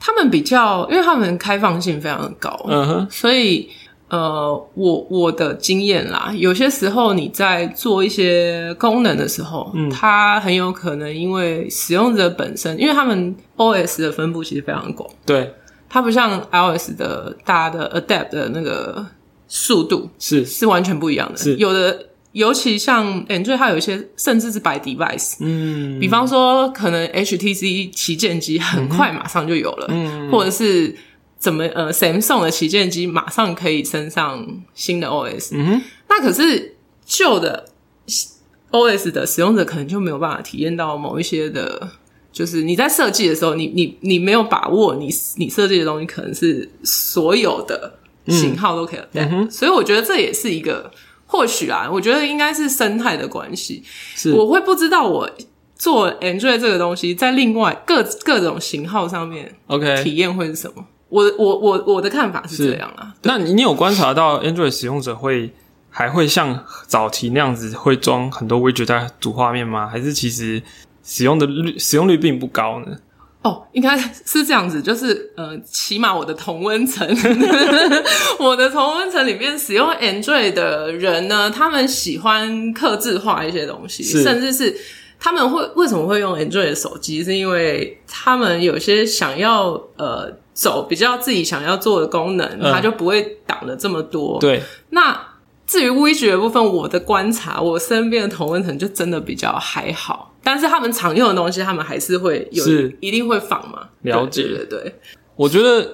[SPEAKER 2] 他们比较，因为他们开放性非常高，
[SPEAKER 1] 嗯哼，
[SPEAKER 2] 所以呃，我我的经验啦，有些时候你在做一些功能的时候，
[SPEAKER 1] 嗯
[SPEAKER 2] 它很有可能因为使用者本身，因为他们 OS 的分布其实非常广，
[SPEAKER 1] 对，
[SPEAKER 2] 它不像 iOS 的大家的 Adapt 的那个速度
[SPEAKER 1] 是，
[SPEAKER 2] 是完全不一样的
[SPEAKER 1] 是，
[SPEAKER 2] 有的尤其像 Android 它有一些甚至是白 device，
[SPEAKER 1] 嗯，
[SPEAKER 2] 比方说，可能 HTC 旗舰机很快马上就有了，
[SPEAKER 1] 嗯
[SPEAKER 2] 或者是怎么呃 Samsung 的旗舰机马上可以升上新的 OS，、
[SPEAKER 1] 嗯哼，
[SPEAKER 2] 那可是旧的 OS 的使用者可能就没有办法体验到某一些的，就是你在设计的时候，你你你没有把握你你设计的东西可能是所有的型号都可以
[SPEAKER 1] 嗯
[SPEAKER 2] adapt，、所以我觉得这也是一个或许啊，我觉得应该是生态的关系，
[SPEAKER 1] 是，
[SPEAKER 2] 我会不知道我做 Android 这个东西在另外各各种型号上面
[SPEAKER 1] OK。
[SPEAKER 2] 体验会是什么。我我我我的看法是
[SPEAKER 1] 是
[SPEAKER 2] 这样啊，
[SPEAKER 1] 那你你有观察到 Android 使用者会还会像早期那样子会装很多 widget 在主画面吗？还是其实使用的率使用率并不高呢？
[SPEAKER 2] 哦，应该是这样子，就是呃，起码我的同温层， 我的同温层里面使用 Android 的人呢，他们喜欢克制化一些东西，
[SPEAKER 1] 是
[SPEAKER 2] 甚至是他们会为什么会用 Android 的手机，是因为他们有些想要呃走比较自己想要做的功能，
[SPEAKER 1] 嗯
[SPEAKER 2] 他就不会挡了这么多。
[SPEAKER 1] 对，
[SPEAKER 2] 那至于微觉的部分，我的观察，我身边的同温层就真的比较还好，但是他们常用的东西，他们还是会有，
[SPEAKER 1] 是
[SPEAKER 2] 一定会仿嘛？
[SPEAKER 1] 了解
[SPEAKER 2] 对对对，
[SPEAKER 1] 我觉得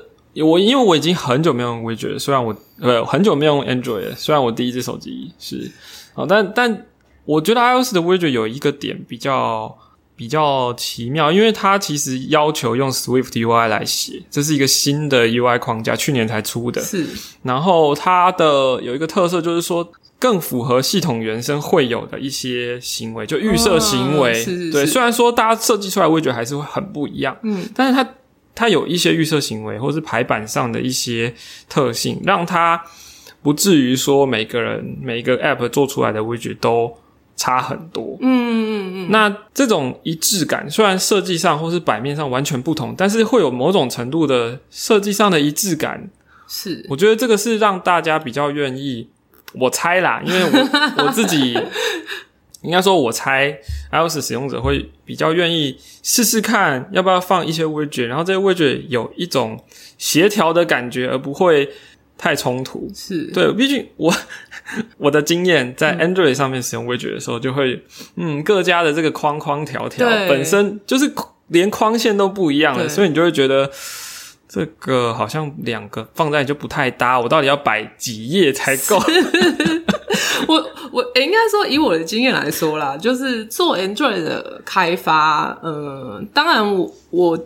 [SPEAKER 1] 我因为我已经很久没有用 widget，了虽然我呃很久没有用 Android，了虽然我第一只手机是啊、但但我觉得 iOS 的 widget 有一个点比较比较奇妙，因为它其实要求用 Swift UI 来写，这是一个新的 UI 框架，去年才出的
[SPEAKER 2] 对。是
[SPEAKER 1] 然后它的有一个特色就是说。更符合系统原生会有的一些行为，就预设行为。
[SPEAKER 2] 哦是是
[SPEAKER 1] 对，
[SPEAKER 2] 是
[SPEAKER 1] 虽然说大家设计出来，我也觉得还是会很不一样。
[SPEAKER 2] 嗯，
[SPEAKER 1] 但是它它有一些预设行为，或是排版上的一些特性，让它不至于说每个人每一个 App 做出来的 widget 都差很多。
[SPEAKER 2] 嗯嗯嗯，
[SPEAKER 1] 那这种一致感，虽然设计上或是版面上完全不同，但是会有某种程度的设计上的一致感。
[SPEAKER 2] 是
[SPEAKER 1] 我觉得这个是让大家比较愿意，我猜啦，因为我我自己应该说，我猜 iOS 使用者会比较愿意试试看，要不要放一些 widget，然后这些 widget 有一种协调的感觉，而不会太冲突。
[SPEAKER 2] 是，
[SPEAKER 1] 对，毕竟我 我的经验
[SPEAKER 2] 嗯
[SPEAKER 1] 在 Android 上面使用 widget 的时候，就会嗯，各家的这个框框条条
[SPEAKER 2] 对
[SPEAKER 1] 本身就是连框线都不一样了，
[SPEAKER 2] 对
[SPEAKER 1] 所以你就会觉得这个好像两个放在就不太搭，我到底要摆几页才够？
[SPEAKER 2] 我我、诶应该说，以我的经验来说啦，就是做 Android 的开发，呃，当然我我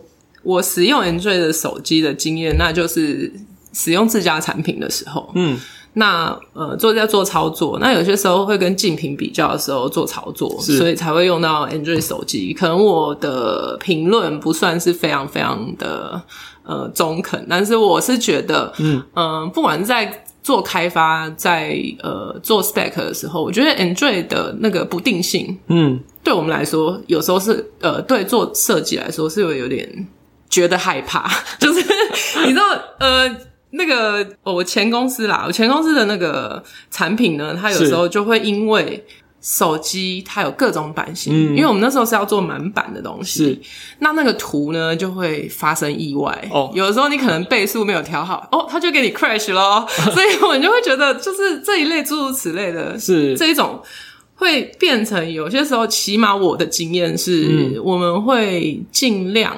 [SPEAKER 2] 我使用 Android 的手机的经验，那就是使用自家产品的时候，
[SPEAKER 1] 嗯，
[SPEAKER 2] 那呃，做在做操作，那有些时候会跟竞品比较的时候做操作，
[SPEAKER 1] 是
[SPEAKER 2] 所以才会用到 Android 手机。可能我的评论不算是非常非常的呃中肯，但是我是觉得，
[SPEAKER 1] 嗯
[SPEAKER 2] 呃不管是在做开发，在呃做 stack 的时候，我觉得 Android 的那个不定性，
[SPEAKER 1] 嗯，
[SPEAKER 2] 对我们来说，有时候是呃，对做设计来说是有有点觉得害怕， 就是你知道呃。那个、哦我前公司啦，我前公司的那个产品呢，它有
[SPEAKER 1] 是
[SPEAKER 2] 时候就会因为手机它有各种版型，
[SPEAKER 1] 嗯
[SPEAKER 2] 因为我们那时候是要做满版的东西
[SPEAKER 1] 是，
[SPEAKER 2] 那那个图呢就会发生意外。
[SPEAKER 1] 哦
[SPEAKER 2] 有的时候你可能倍数没有调好，哦，它就给你 crash 咯， 所以我们就会觉得就是这一类诸如此类的
[SPEAKER 1] 是
[SPEAKER 2] 这一种会变成有些时候，起码我的经验是，我们会尽量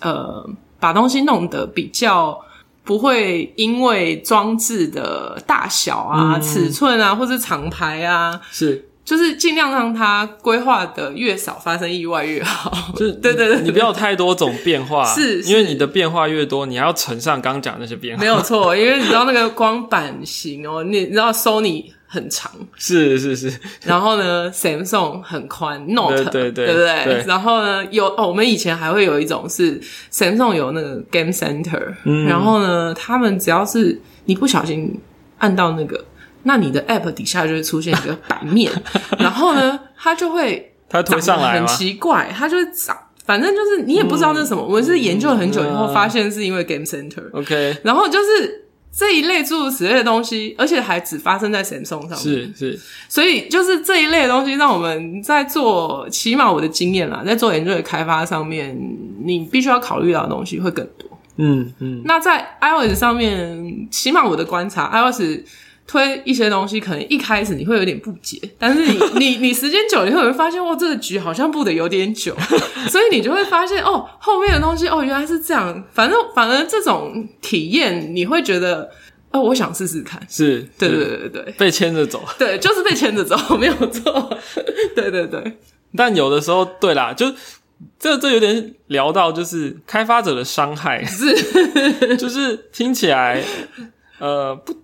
[SPEAKER 2] 呃把东西弄得比较。不会因为装置的大小啊、
[SPEAKER 1] 嗯
[SPEAKER 2] 尺寸啊，或是厂牌啊，
[SPEAKER 1] 是，
[SPEAKER 2] 就是尽量让它规划的越少发生意外越好。
[SPEAKER 1] 就是
[SPEAKER 2] 对对对
[SPEAKER 1] 你不要太多种变化，
[SPEAKER 2] 是
[SPEAKER 1] 因为你的变化越多，你还要乘上刚讲那些变化
[SPEAKER 2] 没，有错，因为你知道那个光版型哦，你你知道 Sony 很长，
[SPEAKER 1] 是是是，
[SPEAKER 2] 然后呢，Samsung 很宽，Note
[SPEAKER 1] 对对对
[SPEAKER 2] 不对？
[SPEAKER 1] 对
[SPEAKER 2] 然后呢，有哦，我们以前还会有一种是 Samsung 有那个 Game Center，、
[SPEAKER 1] 嗯
[SPEAKER 2] 然后呢，他们只要是你不小心按到那个，那你的 App 底下就会出现 一个版面，然后呢，它就会
[SPEAKER 1] 它推上来
[SPEAKER 2] 长得
[SPEAKER 1] 吗
[SPEAKER 2] 很？奇怪，它就会长反正就是你也不知道那是什么，我是研究了很久以
[SPEAKER 1] 嗯
[SPEAKER 2] 后发现是因为 Game Center，、
[SPEAKER 1] OK，
[SPEAKER 2] 然后就是这一类诸如此类的东西，而且还只发生在 Samsung 上面，
[SPEAKER 1] 是是，
[SPEAKER 2] 所以就是这一类的东西，让我们在做，起码我的经验啦，在做研究的开发上面，你必须要考虑到的东西会更多。
[SPEAKER 1] 嗯嗯
[SPEAKER 2] 那在 iOS 上面，起码我的观察，iOS 推一些东西，可能一开始你会有点不解，但是你你你时间久了，你会发现，哇，哦这个局好像布的有点久，所以你就会发现，哦，后面的东西，哦，原来是这样。反正反而这种体验，你会觉得，哦，我想试试看。
[SPEAKER 1] 是，
[SPEAKER 2] 对对
[SPEAKER 1] 是
[SPEAKER 2] 对对对。
[SPEAKER 1] 被牵着走。
[SPEAKER 2] 对，就是被牵着走， 没有错。对对对，
[SPEAKER 1] 但有的时候，对啦，就这这有点聊到就是开发者的伤害，
[SPEAKER 2] 是
[SPEAKER 1] 就是听起来，呃，不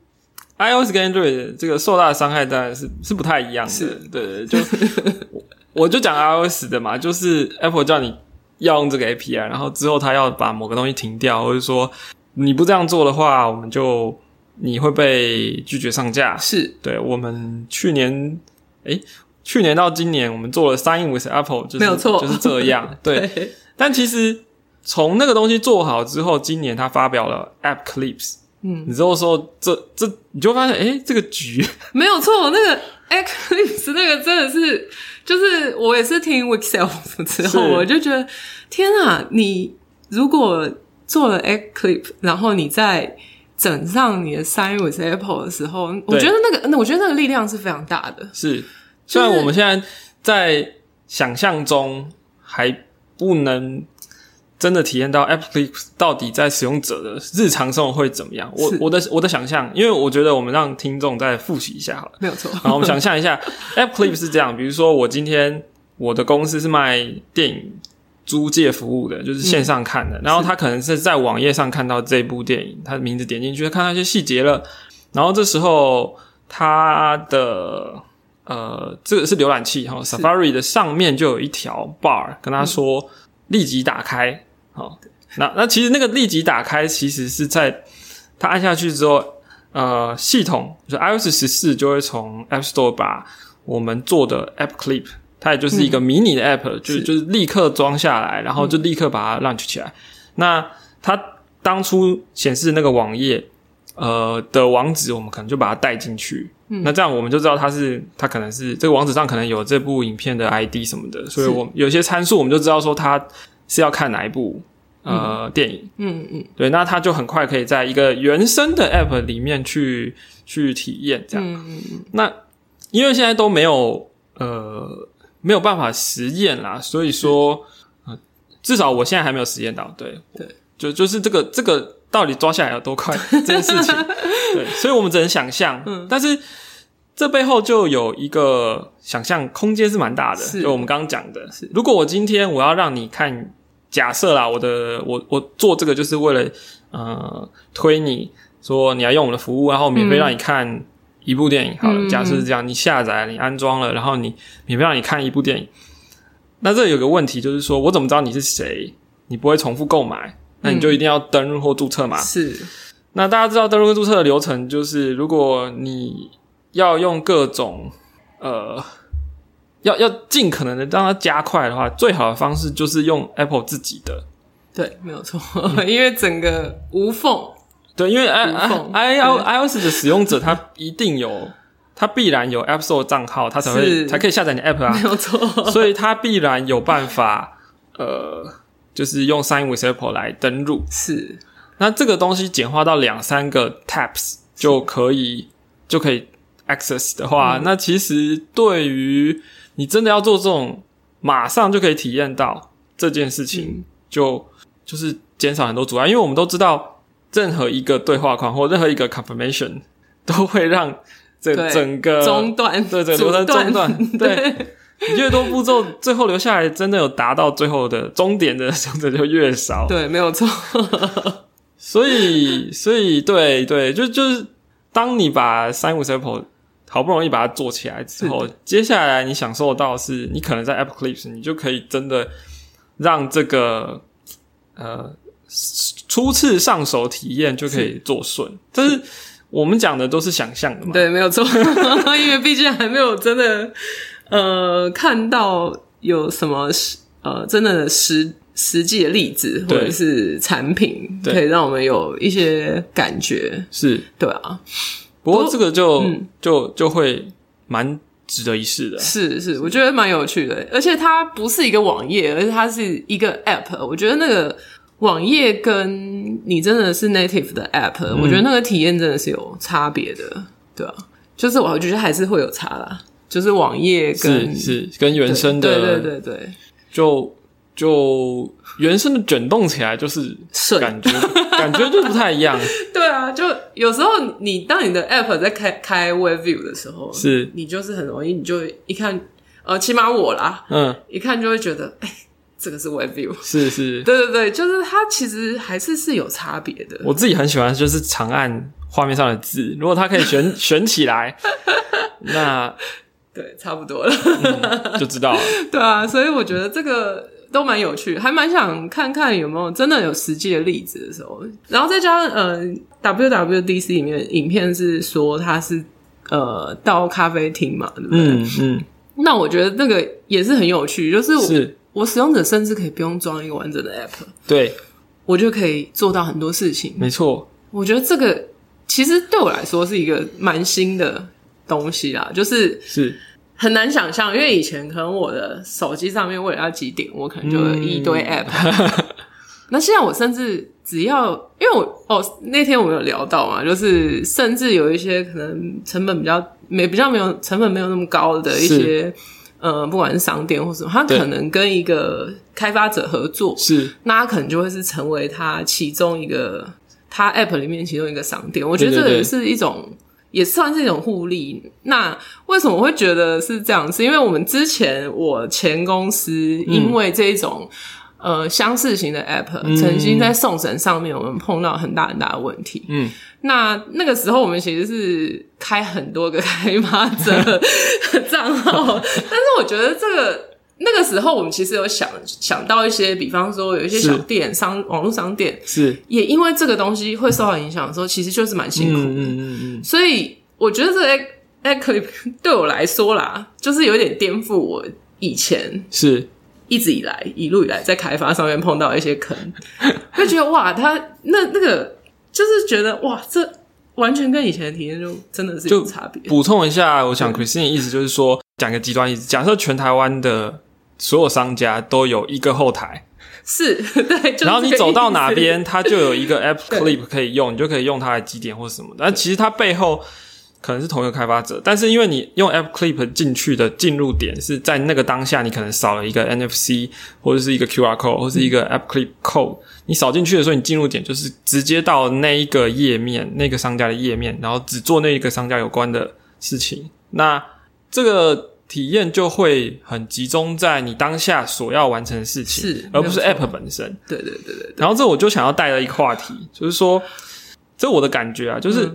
[SPEAKER 1] ，iOS 跟 Android 这个受到的伤害当然是是不太一样的，
[SPEAKER 2] 是
[SPEAKER 1] 对对，对就我我就讲 iOS 的嘛，就是 Apple 叫你要用这个 API，然后之后他要把某个东西停掉，或者说你不这样做的话，我们就你会被拒绝上架，
[SPEAKER 2] 是，
[SPEAKER 1] 对我们去年，诶，去年到今年，我们做了 Sign with Apple，就是
[SPEAKER 2] 没有错
[SPEAKER 1] 就是这 样。对，
[SPEAKER 2] 对
[SPEAKER 1] 但其实从那个东西做好之后，今年他发表了 App Clips，
[SPEAKER 2] 嗯，
[SPEAKER 1] 你之后说这这，你就发现，诶，这个局
[SPEAKER 2] 没有错。那个 Eclipse 那个真的是，就是我也是听 Wixel 之后，
[SPEAKER 1] 是
[SPEAKER 2] 我就觉得天啊，你如果做了 Eclipse，然后你再整上你的 Sign with Apple 的时候，我
[SPEAKER 1] 对
[SPEAKER 2] 觉得那个，那我觉得那个力量是非常大的。
[SPEAKER 1] 是，虽然我们现在在想象中还不能。真的体验到 App Clips 到底在使用者的日常生活会怎么样？我
[SPEAKER 2] 是
[SPEAKER 1] 我的我的想象，因为我觉得我们让听众再复习一下好了。
[SPEAKER 2] 没有错，
[SPEAKER 1] 然后我们想象一下，App Clip 是这样，比如说我今天我的公司是卖电影租借服务的，就是线上看的，然后他可能嗯是在网页上看到这部电影，他的名字点进去，看到一些细节了，然后这时候他的呃，这个是嗯浏览器哈、Safari 的上面就有一条 bar 跟他说、立即打开，好、那那其实那个立即打开其实是在它按下去之后，呃，系统就是 iOS 十四就会从 App Store 把我们做的 App Clip，它也就是一个迷你的 App，、就是就是立刻装下来，然后就立刻把它 launch 起来。那它当初显示那个网页，呃的网址，我们可能就把它带进去。那这样我们就知道它是它可能是这个网址上可能有这部影片的 ID 什么的，所以
[SPEAKER 2] 是
[SPEAKER 1] 我有些参数我们就知道说它是要看哪一部呃、电影。
[SPEAKER 2] 嗯嗯，
[SPEAKER 1] 对，那它就很快可以在一个原生的 App 里面去去体验这样。
[SPEAKER 2] 嗯
[SPEAKER 1] 那因为现在都没有呃没有办法实验啦，所以说、呃、至少我现在还没有实验到。对
[SPEAKER 2] 对，
[SPEAKER 1] 就就是这个这个到底抓下来有多 快这件事情，对，所以我们只能想象。嗯，但是。这背后就有一个想象空间是蛮大的，
[SPEAKER 2] 是
[SPEAKER 1] 就我们刚刚讲的
[SPEAKER 2] 是。
[SPEAKER 1] 如果我今天我要让你看，假设啦，我的我我做这个就是为了呃推你说你要用我们的服务，然后免费
[SPEAKER 2] 嗯
[SPEAKER 1] 让你看一部电影。好了，
[SPEAKER 2] 嗯
[SPEAKER 1] 假设是这样，你下载你安装了，然后你免费让你看一部电影。那这有个问题就是说，我怎么知道你是谁？你不会重复购买，那你就一定要登录或注册嘛。
[SPEAKER 2] 嗯是
[SPEAKER 1] 那大家知道登录注册的流程就是，如果你要用各种呃，要要尽可能的让它加快的话，最好的方式就是用 Apple 自己的。
[SPEAKER 2] 对，没有错， 因为整个无缝
[SPEAKER 1] 对，因为 i
[SPEAKER 2] 无
[SPEAKER 1] i
[SPEAKER 2] 缝
[SPEAKER 1] i o iOS 的使用者他一定有，他必然有 App Store 账号，他才会
[SPEAKER 2] 是
[SPEAKER 1] 才可以下载你的 App
[SPEAKER 2] 没
[SPEAKER 1] 啊，
[SPEAKER 2] 有 错，
[SPEAKER 1] 所以他必然有办法呃，就是用 Sign with Apple 来登录。
[SPEAKER 2] 是
[SPEAKER 1] 那这个东西简化到两三个 taps 就可以就可以 access 的话，
[SPEAKER 2] 嗯
[SPEAKER 1] 那其实对于你真的要做这种马上就可以体验到这件事情
[SPEAKER 2] 嗯，
[SPEAKER 1] 就就是减少很多阻碍，因为我们都知道，任何一个对话框或任何一个 confirmation 都会让这
[SPEAKER 2] 对
[SPEAKER 1] 整个
[SPEAKER 2] 中断，
[SPEAKER 1] 呃对对
[SPEAKER 2] 阻
[SPEAKER 1] 流程中断
[SPEAKER 2] 断，
[SPEAKER 1] 对。你越多步骤，最后留下来真的有达到最后的终点的使用者就越少。
[SPEAKER 2] 对，没有错，
[SPEAKER 1] 所以，所以，对对，就就是，当你把三五 sample 好不容易把它做起来之后，接下来你享受到是，你可能在 App Clips，你就可以真的让这个呃初次上手体验就可以做顺。但是我们讲的都是想象的嘛，
[SPEAKER 2] 对，没有错， 因为毕竟还没有真的呃看到有什么实呃真的实呃实际的例子或
[SPEAKER 1] 对
[SPEAKER 2] 者是产品，
[SPEAKER 1] 对
[SPEAKER 2] 可以让我们有一些感觉。
[SPEAKER 1] 是，
[SPEAKER 2] 对啊，
[SPEAKER 1] 不过这个就、
[SPEAKER 2] 嗯
[SPEAKER 1] 就就会蛮值得一试的。
[SPEAKER 2] 是是，我觉得蛮有趣的，欸而且它不是一个网页，而且它是一个 app。我觉得那个网页跟你真的是 native 的 app，、
[SPEAKER 1] 嗯
[SPEAKER 2] 我觉得那个体验真的是有差别的，对啊，就是我觉得还是会有差啦，就是网页跟
[SPEAKER 1] 是是，跟原生的
[SPEAKER 2] 对对对对，
[SPEAKER 1] 就就原生的卷动起来就是
[SPEAKER 2] 顺
[SPEAKER 1] 感觉感觉就不太一样，
[SPEAKER 2] 对啊，就有时候你当你的 app 在开开 web view 的时候，
[SPEAKER 1] 是
[SPEAKER 2] 你就是很容易，你就一看，呃，起码我啦，
[SPEAKER 1] 嗯，
[SPEAKER 2] 一看就会觉得，哎、这个是 web view。
[SPEAKER 1] 是是，
[SPEAKER 2] 对对对，就是它其实还是是有差别的。
[SPEAKER 1] 我自己很喜欢就是长按画面上的字，如果它可以旋旋起来，那
[SPEAKER 2] 对，差不多了。
[SPEAKER 1] 就知道了。
[SPEAKER 2] 对啊，所以我觉得这个都蛮有趣，还蛮想看看有没有真的有实际的例子的时候。然后再加上嗯、呃、，WWDC 里面影片是说它是呃到咖啡厅嘛，对不对？
[SPEAKER 1] 嗯嗯，
[SPEAKER 2] 那我觉得那个也是很有趣，就是我
[SPEAKER 1] 是
[SPEAKER 2] 我使用者甚至可以不用装一个完整的 app，
[SPEAKER 1] 对，
[SPEAKER 2] 我就可以做到很多事情。
[SPEAKER 1] 没错，
[SPEAKER 2] 我觉得这个其实对我来说是一个蛮新的东西啦，就是
[SPEAKER 1] 是
[SPEAKER 2] 很难想象，因为以前可能我的手机上面为了要几点，我可能就有一堆 app，、那现在我甚至只要，因为我哦那天我们有聊到嘛，就是甚至有一些可能成本比较没比较没有成本没有那么高的一些呃，不管是商店或什么，他
[SPEAKER 1] 对
[SPEAKER 2] 可能跟一个开发者合作，
[SPEAKER 1] 是，
[SPEAKER 2] 那他可能就会是成为他其中一个他 app 里面其中一个商店。我觉得
[SPEAKER 1] 对
[SPEAKER 2] 这
[SPEAKER 1] 对
[SPEAKER 2] 个
[SPEAKER 1] 对
[SPEAKER 2] 也是一种。也算是一种互利。那为什么我会觉得是这样？是因为我们之前我前公司
[SPEAKER 1] 嗯
[SPEAKER 2] 因为这一种、呃相似型的 app，曾
[SPEAKER 1] 嗯
[SPEAKER 2] 经在送审上面我们碰到很大很大的问题。
[SPEAKER 1] 嗯，
[SPEAKER 2] 那那个时候我们其实是开很多个开发者账号， 但是我觉得这个那个时候我们其实有想想到一些，比方说有一些
[SPEAKER 1] 是
[SPEAKER 2] 小店商网络商店
[SPEAKER 1] 是，
[SPEAKER 2] 也因为这个东西会受到影响的时候，其实就是蛮辛苦的。
[SPEAKER 1] 嗯嗯嗯嗯，
[SPEAKER 2] 所以我觉得这个 e c l i p 对我来说啦，就是有点颠覆我以前
[SPEAKER 1] 是
[SPEAKER 2] 一直以来一路以来在开发上面碰到的一些坑， 会觉得哇，他那那个就是觉得哇，这完全跟以前的体验就真的是有
[SPEAKER 1] 就
[SPEAKER 2] 差别。
[SPEAKER 1] 补充一下，我想 Christine 的意思就是说，讲个极端意思，假设全台湾的所有商家都有一个后台，
[SPEAKER 2] 是 对，就是、
[SPEAKER 1] 然后你走到哪，边，它就有一 个 App
[SPEAKER 2] 对
[SPEAKER 1] Clip 可以用，你就可以用它来积点或什么的。但其实它背后可能是同一个开发者，但是因为你用 App Clip 进去的进入点是在那个当下，你可能少了一个 NFC 或者是一个 QR code 或是一
[SPEAKER 2] 嗯
[SPEAKER 1] 个 App Clip code，你扫进去的时候，你进入点就是直接到那一个页面，那个商家的页面，然后只做那一个商家有关的事情。那这个体验就会很集中在你当下所要完成的事情，
[SPEAKER 2] 是
[SPEAKER 1] 而不是
[SPEAKER 2] 没有错
[SPEAKER 1] App 本身。
[SPEAKER 2] 对对对对，
[SPEAKER 1] 然后这我就想要带了一个话题，就是说，这我的感觉啊，就是，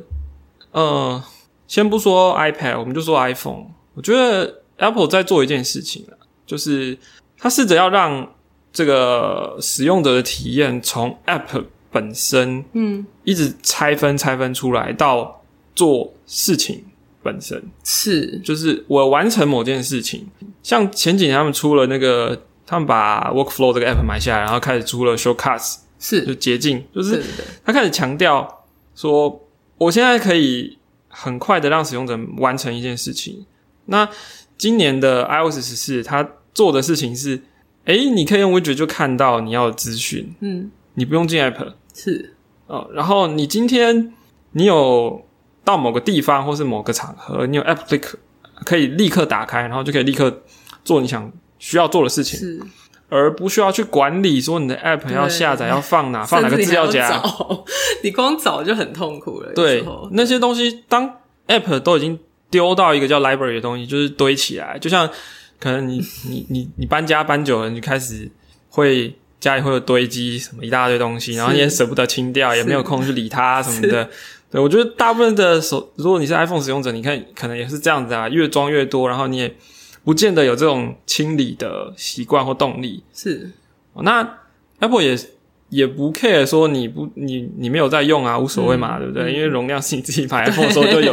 [SPEAKER 1] 呃，先不说 iPad，我们就说 iPhone。我觉得 Apple 在做一件事情啊，就是它试着要让这个使用者的体验从 App 本身
[SPEAKER 2] 嗯，
[SPEAKER 1] 一直拆分、拆分出来，到做事情本身。
[SPEAKER 2] 是
[SPEAKER 1] 就是我完成某件事情，像前几年他们出了那个，他们把 Workflow 这个 App 买下来，然后开始出了 Shortcuts。
[SPEAKER 2] 是，
[SPEAKER 1] 就捷径，就
[SPEAKER 2] 对
[SPEAKER 1] 是
[SPEAKER 2] 对对，
[SPEAKER 1] 他开始强调说，我现在可以很快的让使用者完成一件事情。那今年的 iOS 十四，它做的事情是，诶、你可以用 widget 就看到你要的资讯，
[SPEAKER 2] 嗯，
[SPEAKER 1] 你不用进 app
[SPEAKER 2] 是
[SPEAKER 1] 哦。然后你今天你有到某个地方或是某个场合，你有 app click 可以立刻打开，然后就可以立刻做你想需要做的事情。
[SPEAKER 2] 是，
[SPEAKER 1] 而不需要去管理说你的 app 要
[SPEAKER 2] 对
[SPEAKER 1] 下载要放哪放哪个
[SPEAKER 2] 甚
[SPEAKER 1] 资
[SPEAKER 2] 至你还
[SPEAKER 1] 料
[SPEAKER 2] 要
[SPEAKER 1] 夹，
[SPEAKER 2] 找， 你光找就很痛苦了。有
[SPEAKER 1] 对
[SPEAKER 2] 时候，
[SPEAKER 1] 那些东西，当 App 都已经丢到一个叫 library 的东西，就是堆起来，就像可能 你你你你搬家搬久了，你就开始会家里会有堆积什么一大堆东西，然后你也舍不得清掉，也没有空去理它什么的。对，我觉得大部分的手，如果你是 iPhone 使用者，你看可能也是这样子啊，越装越多，然后你也不见得有这种清理的习惯或动力。
[SPEAKER 2] 是
[SPEAKER 1] 哦那 Apple 也也不 care 说你不你你没有在用啊，无所谓
[SPEAKER 2] 嗯
[SPEAKER 1] 嘛，对不对？因为容量是你自己 买 iPhone 的时候就有，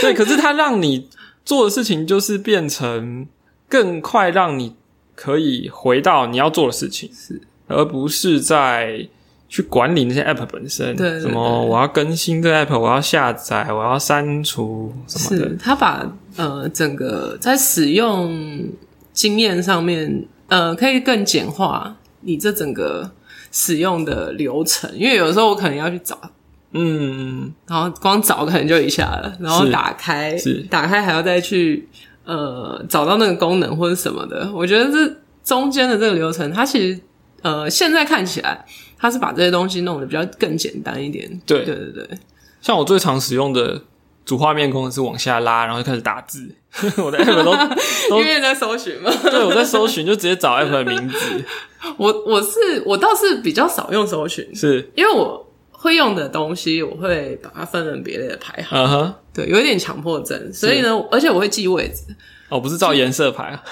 [SPEAKER 1] 对。可是它让你做的事情就是变成更快让你可以回到你要做的事情，
[SPEAKER 2] 是
[SPEAKER 1] 而不是在去管理那些 app 本身。
[SPEAKER 2] 对对
[SPEAKER 1] 什么
[SPEAKER 2] 对
[SPEAKER 1] 我要更新这个 app，我要下载，我要删除什么的
[SPEAKER 2] 是。他把呃整个在使用经验上面，呃，可以更简化你这整个使用的流程，因为有时候我可能要去找。
[SPEAKER 1] 嗯，
[SPEAKER 2] 然后光找可能就一下了，然后
[SPEAKER 1] 是
[SPEAKER 2] 打开
[SPEAKER 1] 是，
[SPEAKER 2] 打开还要再去呃找到那个功能或者什么的。我觉得这中间的这个流程，它其实呃现在看起来，它是把这些东西弄得比较更简单一点。
[SPEAKER 1] 对
[SPEAKER 2] 对对对，
[SPEAKER 1] 像我最常使用的主画面功能是往下拉，然后就开始打字。 我的 app 都都
[SPEAKER 2] 因为在搜寻嘛，
[SPEAKER 1] 对我在搜寻，就直接找 app 的名 字。
[SPEAKER 2] 我我是我倒是比较少用搜寻，
[SPEAKER 1] 是，
[SPEAKER 2] 因为我会用的东西，我会把它分门别类的排好。
[SPEAKER 1] 嗯哼，
[SPEAKER 2] 对，有一点强迫症，所以呢，而且我会记位置。
[SPEAKER 1] 哦，不是照颜色排啊。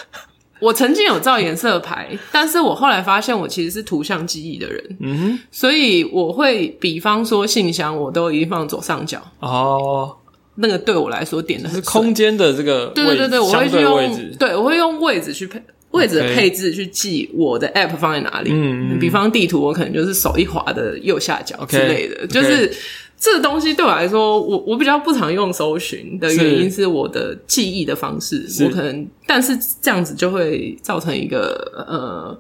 [SPEAKER 2] 我曾经有照颜色牌，但是我后来发现我其实是图像记忆的人，
[SPEAKER 1] 嗯
[SPEAKER 2] 所以我会比方说信箱，我都一定放左上角，
[SPEAKER 1] 哼，哦，
[SPEAKER 2] 那个对我来说点的
[SPEAKER 1] 是空间的这个
[SPEAKER 2] 对
[SPEAKER 1] 位
[SPEAKER 2] 对
[SPEAKER 1] 置
[SPEAKER 2] 对对，我会
[SPEAKER 1] 相
[SPEAKER 2] 去
[SPEAKER 1] 对
[SPEAKER 2] 用
[SPEAKER 1] 位置。
[SPEAKER 2] 对我会用位置去配位置的
[SPEAKER 1] OK
[SPEAKER 2] 配置去记我的 app 放在哪里。
[SPEAKER 1] 嗯嗯
[SPEAKER 2] 比方地图，我可能就是手一滑的右下角
[SPEAKER 1] OK，
[SPEAKER 2] 之类的
[SPEAKER 1] OK
[SPEAKER 2] 就是。这个东西对我来说，我我比较不常用搜寻的原因是我的记忆的方式，
[SPEAKER 1] 是
[SPEAKER 2] 我可能但是这样子就会造成一个呃，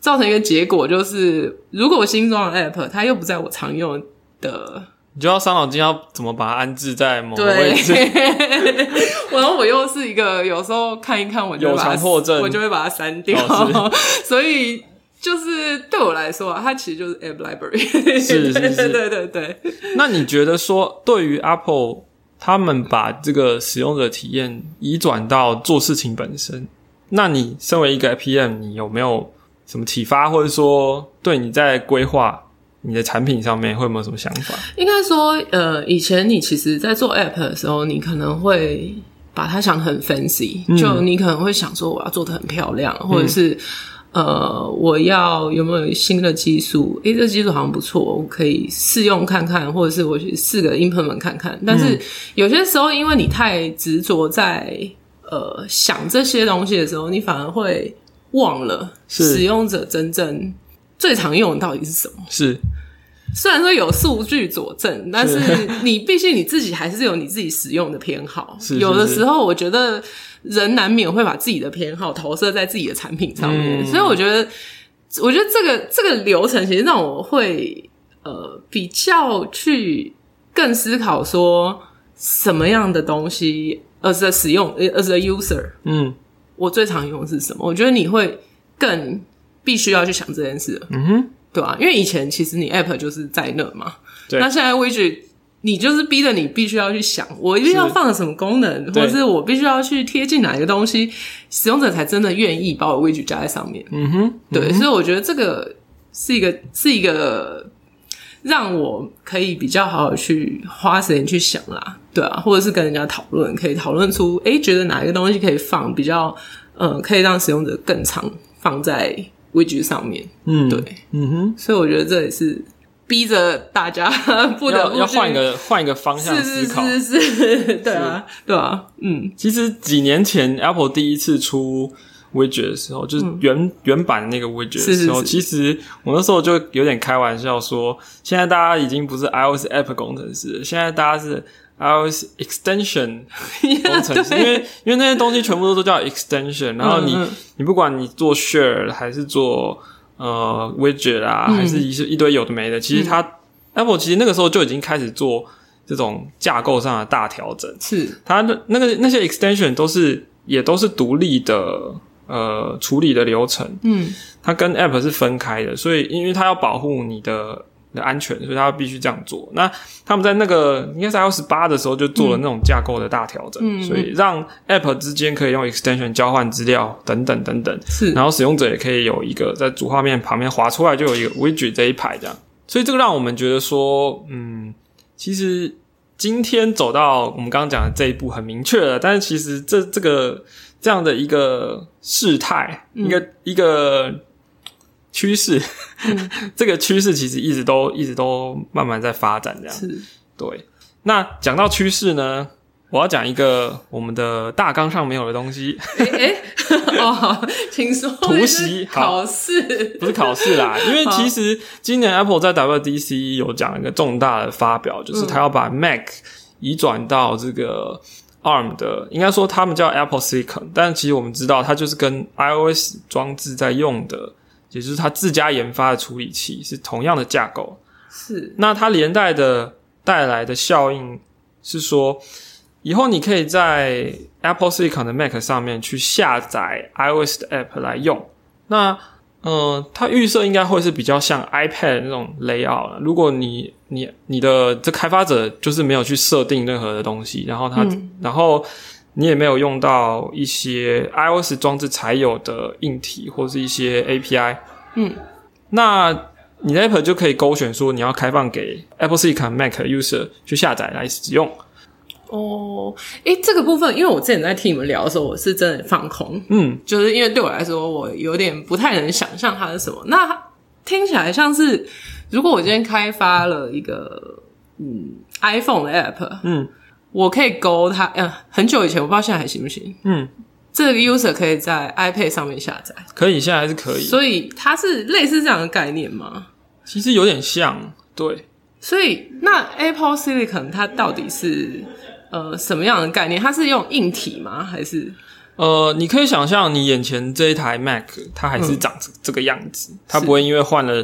[SPEAKER 2] 造成一个结果就是，如果我新装的 app 它又不在我常用的
[SPEAKER 1] 你就要伤脑筋，要怎么把它安置在某个位置？
[SPEAKER 2] 对，然后我又是一个有时候看一看我就会
[SPEAKER 1] 有
[SPEAKER 2] 把它
[SPEAKER 1] 强迫症
[SPEAKER 2] 我就会把它删掉，
[SPEAKER 1] 哦
[SPEAKER 2] 所以就是对我来说啊，它其实就是 app library，
[SPEAKER 1] 是是是
[SPEAKER 2] 对对对对，
[SPEAKER 1] 那你觉得说，对于 Apple，他们把这个使用者体验移转到做事情本身，那你身为一个 PM，你有没有什么启发，或者说对你在规划你的产品上面会有没有什么想法？
[SPEAKER 2] 应该说呃，以前你其实在做 app 的时候，你可能会。把它想得很 fancy，、就你可能会想说我要做的很漂亮，或者是、呃我要有没有新的技术？诶、这技术好像不错，我可以试用看看，或者是我去试个 implement 看看。但是有些时候，因为你太执着在呃想这些东西的时候，你反而会忘了
[SPEAKER 1] 是
[SPEAKER 2] 使用者真正最常用的到底是什么。
[SPEAKER 1] 是
[SPEAKER 2] 虽然说有数据佐证，但是 你毕竟你自己还是有你自己使用的偏好。
[SPEAKER 1] 是是
[SPEAKER 2] 有的时候，我觉得人难免会把自己的偏好投射在自己的产品上面，
[SPEAKER 1] 嗯
[SPEAKER 2] 所以我觉得，我觉得这个这个流程其实让我会呃比较去更思考说什么样的东西，as 呃 a 使用，as a user，
[SPEAKER 1] 嗯
[SPEAKER 2] 我最常用的是什么？我觉得你会更必须要去想这件事了。
[SPEAKER 1] 嗯哼，
[SPEAKER 2] 对啊，因为以前其实你 app 就是在那嘛，
[SPEAKER 1] 对
[SPEAKER 2] 那现在 widget 你就是逼着你必须要去想，我一定要
[SPEAKER 1] 是
[SPEAKER 2] 放什么功能，或
[SPEAKER 1] 对
[SPEAKER 2] 者是我必须要去贴近哪一个东西，使用者才真的愿意把我 widget 加在上面。
[SPEAKER 1] 嗯哼，
[SPEAKER 2] 对，所以我觉得这个是一个是一个让我可以比较好好去花时间去想啦，对啊，或者是跟人家讨论，可以讨论出诶，觉得哪一个东西可以放比较，呃，可以让使用者更常放在 widget 上面。
[SPEAKER 1] 嗯
[SPEAKER 2] 对，
[SPEAKER 1] 嗯哼，
[SPEAKER 2] 所以我觉得这也是逼着大家 不得
[SPEAKER 1] 要
[SPEAKER 2] 不
[SPEAKER 1] 要
[SPEAKER 2] 去
[SPEAKER 1] 换一个换一个方向
[SPEAKER 2] 是
[SPEAKER 1] 思
[SPEAKER 2] 是
[SPEAKER 1] 考。
[SPEAKER 2] 是是，对啊对啊，嗯，
[SPEAKER 1] 其实几年前 Apple 第一次出 widget 的时候，就是原、原版的那个 widget 的
[SPEAKER 2] 嗯是是
[SPEAKER 1] 时候，
[SPEAKER 2] 是
[SPEAKER 1] 其实我那时候就有点开玩笑说，现在大家已经不是 iOS app 工程师了，现在大家是 iOS extension 工程 师，因为因为那些东西全部都都叫 extension，然后你、
[SPEAKER 2] 嗯嗯
[SPEAKER 1] 你不管你做 share 还是做呃 widget 啊，还
[SPEAKER 2] 嗯
[SPEAKER 1] 是一些一堆有的没的，其实它、Apple 其实那个时候就已经开始做这种架构上的大调整。
[SPEAKER 2] 是
[SPEAKER 1] 它的那个那些 extension 都是也都是独立的呃处理的流程，
[SPEAKER 2] 嗯
[SPEAKER 1] 它跟 app 是分开的，所以因为它要保护你的你的安全，所以它必须这样做。那他们在那个应该是 iOS 八的时候就做了那种架构的大调整，
[SPEAKER 2] 嗯嗯
[SPEAKER 1] 所以让 app 之间可以用 extension 交换资料等等等等，
[SPEAKER 2] 是
[SPEAKER 1] 然后使用者也可以有一个在主画面旁边滑出来就有一个 widget 这一排这样，所以这个让我们觉得说，嗯，其实今天走到我们刚刚讲的这一步很明确了，但是其实这这个这样的一个事态，一个一个趋势， 这个趋势其实一直都一直都慢慢在发展这样，
[SPEAKER 2] 是，
[SPEAKER 1] 对。那讲到趋势呢，我要讲一个我们的大纲上没有的东西，
[SPEAKER 2] 哎、诶 哦，好请说。
[SPEAKER 1] 突袭好
[SPEAKER 2] 考试
[SPEAKER 1] 不是考试啦，因为其实今年 Apple 在 WDC E 有讲一个重大的发表，就是它要把 Mac 移转到这个 ARM 的，应该说他们叫 Apple Silicon，但其实我们知道它就是跟 iOS 装置在用的，也就是它自家研发的处理器是同样的架构。
[SPEAKER 2] 是
[SPEAKER 1] 那它连带的带来的效应是说，以后你可以在 Apple Silicon 的 Mac 上面去下载 iOS 的 App 来用。那呃，它预设应该会是比较像 iPad 那种 layout 啦。如果你你你的这开发者就是没有去设定任何的东西，然后它、
[SPEAKER 2] 嗯
[SPEAKER 1] 然后你也没有用到一些 iOS 装置才有的硬体或是一些 API，
[SPEAKER 2] 嗯，
[SPEAKER 1] 那你的 App 就可以勾选说你要开放给 Apple Silicon Mac user 去下载来使用。
[SPEAKER 2] 哦，哎、这个部分，因为我之前在听你们聊的时候，我是真的放空，
[SPEAKER 1] 嗯，
[SPEAKER 2] 就是因为对我来说，我有点不太能想象它是什么。那它听起来像是，如果我今天开发了一个嗯 iPhone 的 app，
[SPEAKER 1] 嗯
[SPEAKER 2] 我可以勾它，嗯、很久以前我不知道现在还行不行。
[SPEAKER 1] 嗯，
[SPEAKER 2] 这个 user 可以在 iPad 上面下载，
[SPEAKER 1] 可以，现在还是可以，
[SPEAKER 2] 所以它是类似这样的概念吗？
[SPEAKER 1] 其实有点像，对。
[SPEAKER 2] 所以那 Apple Silicon 它到底是呃什么样的概念？它是用硬体吗？还是
[SPEAKER 1] 呃，你可以想象你眼前这一台 Mac，它还是
[SPEAKER 2] 嗯
[SPEAKER 1] 长这这个样子，它
[SPEAKER 2] 是
[SPEAKER 1] 不会因为换了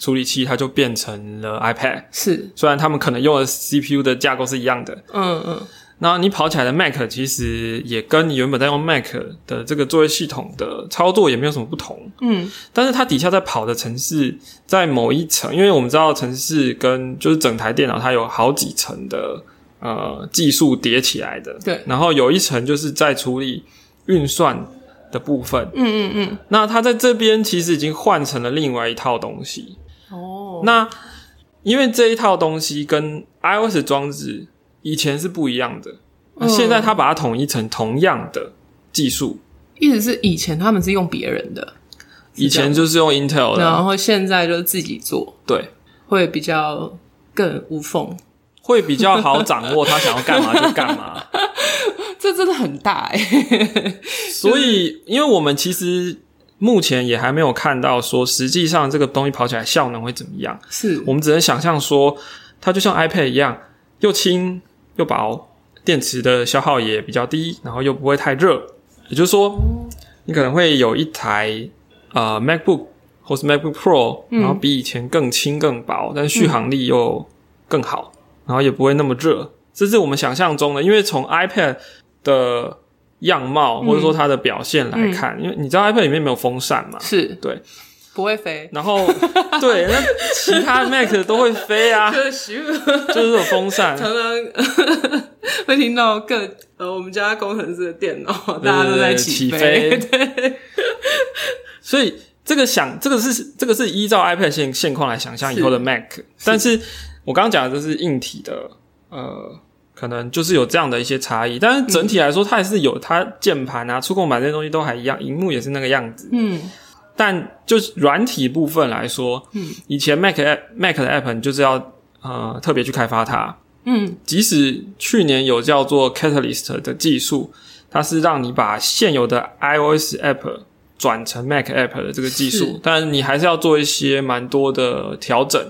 [SPEAKER 1] 处理器，它就变成了 iPad。
[SPEAKER 2] 是
[SPEAKER 1] 虽然他们可能用的 CPU 的架构是一样的，
[SPEAKER 2] 嗯嗯
[SPEAKER 1] 那你跑起来的 Mac 其实也跟你原本在用 Mac 的这个作业系统的操作也没有什么不同。
[SPEAKER 2] 嗯
[SPEAKER 1] 但是它底下在跑的城市，在某一层，因为我们知道城市跟就是整台电脑它有好几层的呃技术叠起来的，
[SPEAKER 2] 对
[SPEAKER 1] 然后有一层就是在处理运算的部分，
[SPEAKER 2] 嗯嗯
[SPEAKER 1] 那它在这边其实已经换成了另外一套东西。
[SPEAKER 2] 嗯哦
[SPEAKER 1] 那因为这一套东西跟 iOS 装置以前是不一样的，那现在它把它统一成同样的技术，
[SPEAKER 2] 意思是以前他们是用别人的，
[SPEAKER 1] 以
[SPEAKER 2] 这样
[SPEAKER 1] 前就是用 Intel 的
[SPEAKER 2] 然，后现在就是自己做，
[SPEAKER 1] 对。
[SPEAKER 2] 会比较更无缝。
[SPEAKER 1] 会比较好掌握他想要干嘛就干嘛。
[SPEAKER 2] 这真的很大哎、欸，
[SPEAKER 1] 所以，因为我们其实目前也还没有看到说实际上这个东西跑起来效能会怎么样，
[SPEAKER 2] 是
[SPEAKER 1] 我们只能想象说它就像 iPad 一样，又轻又薄，电池的消耗也比较低，然后又不会太热。也就是说，你可能会有一台呃 MacBook 或是 MacBook Pro，然后比以前更轻更薄，但是续航力又更好，然后也不会那么热。这是我们想象中的，因为从 iPad 的样貌或者说它的表现来看，因为你知道 iPad 里面没有风扇嘛，
[SPEAKER 2] 是
[SPEAKER 1] 对，
[SPEAKER 2] 不会飞，
[SPEAKER 1] 然后对，那其他 Mac 都会飞啊，
[SPEAKER 2] 可惜。
[SPEAKER 1] 就是有风扇，
[SPEAKER 2] 常常会听到各呃我们家工程师的电脑，大家都在
[SPEAKER 1] 起
[SPEAKER 2] 起飞，
[SPEAKER 1] 所以这个想，这个是这个是依照 iPad 现现况来想象以后的 Mac，但是我刚刚讲的这是硬体的，呃，可能就是有这样的一些差异，但是整体来说，它还是有它键盘啊、触控板这些东西都还一样，荧幕也是那个样子，
[SPEAKER 2] 嗯，
[SPEAKER 1] 但就是软体部分来说，
[SPEAKER 2] 嗯，
[SPEAKER 1] 以前 Mac app- Mac 的 App 你就是要呃特别去开发它，
[SPEAKER 2] 嗯
[SPEAKER 1] 即使去年有叫做 Catalyst 的技术，它是让你把现有的 iOS App 转成 Mac App 的这个技术
[SPEAKER 2] 是，
[SPEAKER 1] 但你还是要做一些蛮多的调整。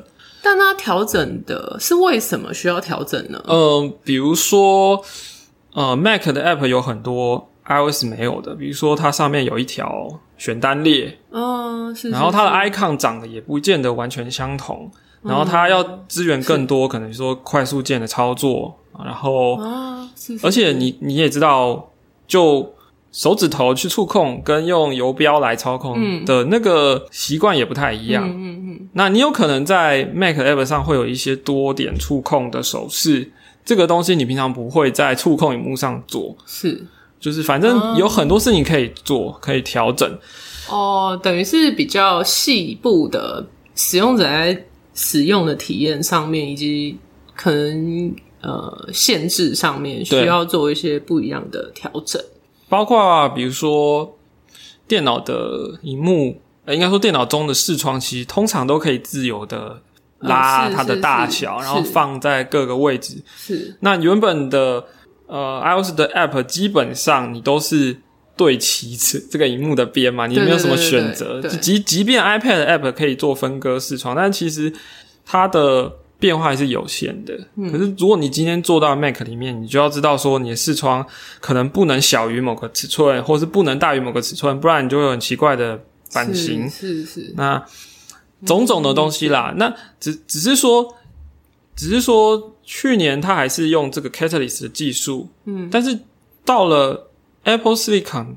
[SPEAKER 2] 但它调整的是为什么需要调整呢？
[SPEAKER 1] 嗯、比如说，呃，Mac 的 App 有很多 iOS 没有的，比如说它上面有一条选单列，
[SPEAKER 2] 嗯、是
[SPEAKER 1] 然后它的
[SPEAKER 2] 是嗯
[SPEAKER 1] icon 长得也不见得完全相同，然后它要支援更多，可能说快速键的操作，然后
[SPEAKER 2] 是啊，是是
[SPEAKER 1] 而且你你也知道，就手指头去触控跟用游标来操控
[SPEAKER 2] 嗯
[SPEAKER 1] 的那个习惯也不太一样。
[SPEAKER 2] 嗯嗯嗯，
[SPEAKER 1] 那你有可能在 Mac App 上会有一些多点触控的手势，这个东西你平常不会在触控荧幕上做，
[SPEAKER 2] 是
[SPEAKER 1] 就是反正
[SPEAKER 2] 哦
[SPEAKER 1] 有很多事情可以
[SPEAKER 2] 啊
[SPEAKER 1] 做，可以调整。
[SPEAKER 2] 哦，等于是比较细部的使用者在使用的体验上面，以及可能呃限制上面需
[SPEAKER 1] 对
[SPEAKER 2] 要做一些不一样的调整。
[SPEAKER 1] 包括比如说电脑的荧幕，呃，应该说电脑中的视窗，其实通常都可以自由的
[SPEAKER 2] 嗯
[SPEAKER 1] 拉
[SPEAKER 2] 是
[SPEAKER 1] 它的
[SPEAKER 2] 是
[SPEAKER 1] 大
[SPEAKER 2] 是
[SPEAKER 1] 小，
[SPEAKER 2] 是
[SPEAKER 1] 然后放在各个位置。
[SPEAKER 2] 是
[SPEAKER 1] 那原本的呃 iOS 的 App 基本上你都是对齐这这个荧幕的边嘛，你
[SPEAKER 2] 对
[SPEAKER 1] 没有什么
[SPEAKER 2] 对对
[SPEAKER 1] 选
[SPEAKER 2] 对
[SPEAKER 1] 择。
[SPEAKER 2] 对
[SPEAKER 1] 即即便 iPad 的 App 可以做分割视窗，但其实它的变化还是有限的。
[SPEAKER 2] 嗯
[SPEAKER 1] 可是如果你今天做到 Mac 里面，你就要知道说你的视窗可能不能小于某个尺寸，或是不能大于某个尺寸，不然你就会有很奇怪的版型。
[SPEAKER 2] 是是
[SPEAKER 1] 那种种的东西
[SPEAKER 2] 嗯
[SPEAKER 1] 啦。那只只是说，只是说去年它还是用这个 Catalyst 的技术，嗯，但是到了 Apple Silicon，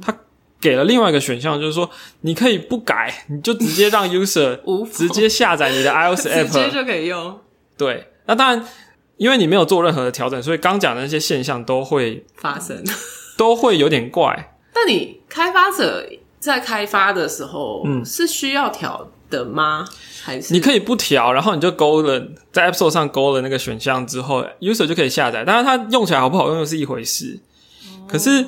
[SPEAKER 1] 它
[SPEAKER 2] 嗯
[SPEAKER 1] 给了另外一个选项，就是说你可以不改，你就直接 让 user
[SPEAKER 2] 无
[SPEAKER 1] 直接下载你的 iOS
[SPEAKER 2] 直接
[SPEAKER 1] app。
[SPEAKER 2] 就可以用
[SPEAKER 1] 对，那当然。因为你没有做任何的调整，所以刚讲的那些现象都会
[SPEAKER 2] 发生。
[SPEAKER 1] 都会有点怪。
[SPEAKER 2] 那你开发者在开发的时候，嗯，是需要调的吗？还是
[SPEAKER 1] 你可以不调，然后你就勾了在 App Store 上勾了那个选项之后，user 就可以下载。当然，它用起来好不好用又是一回事。可是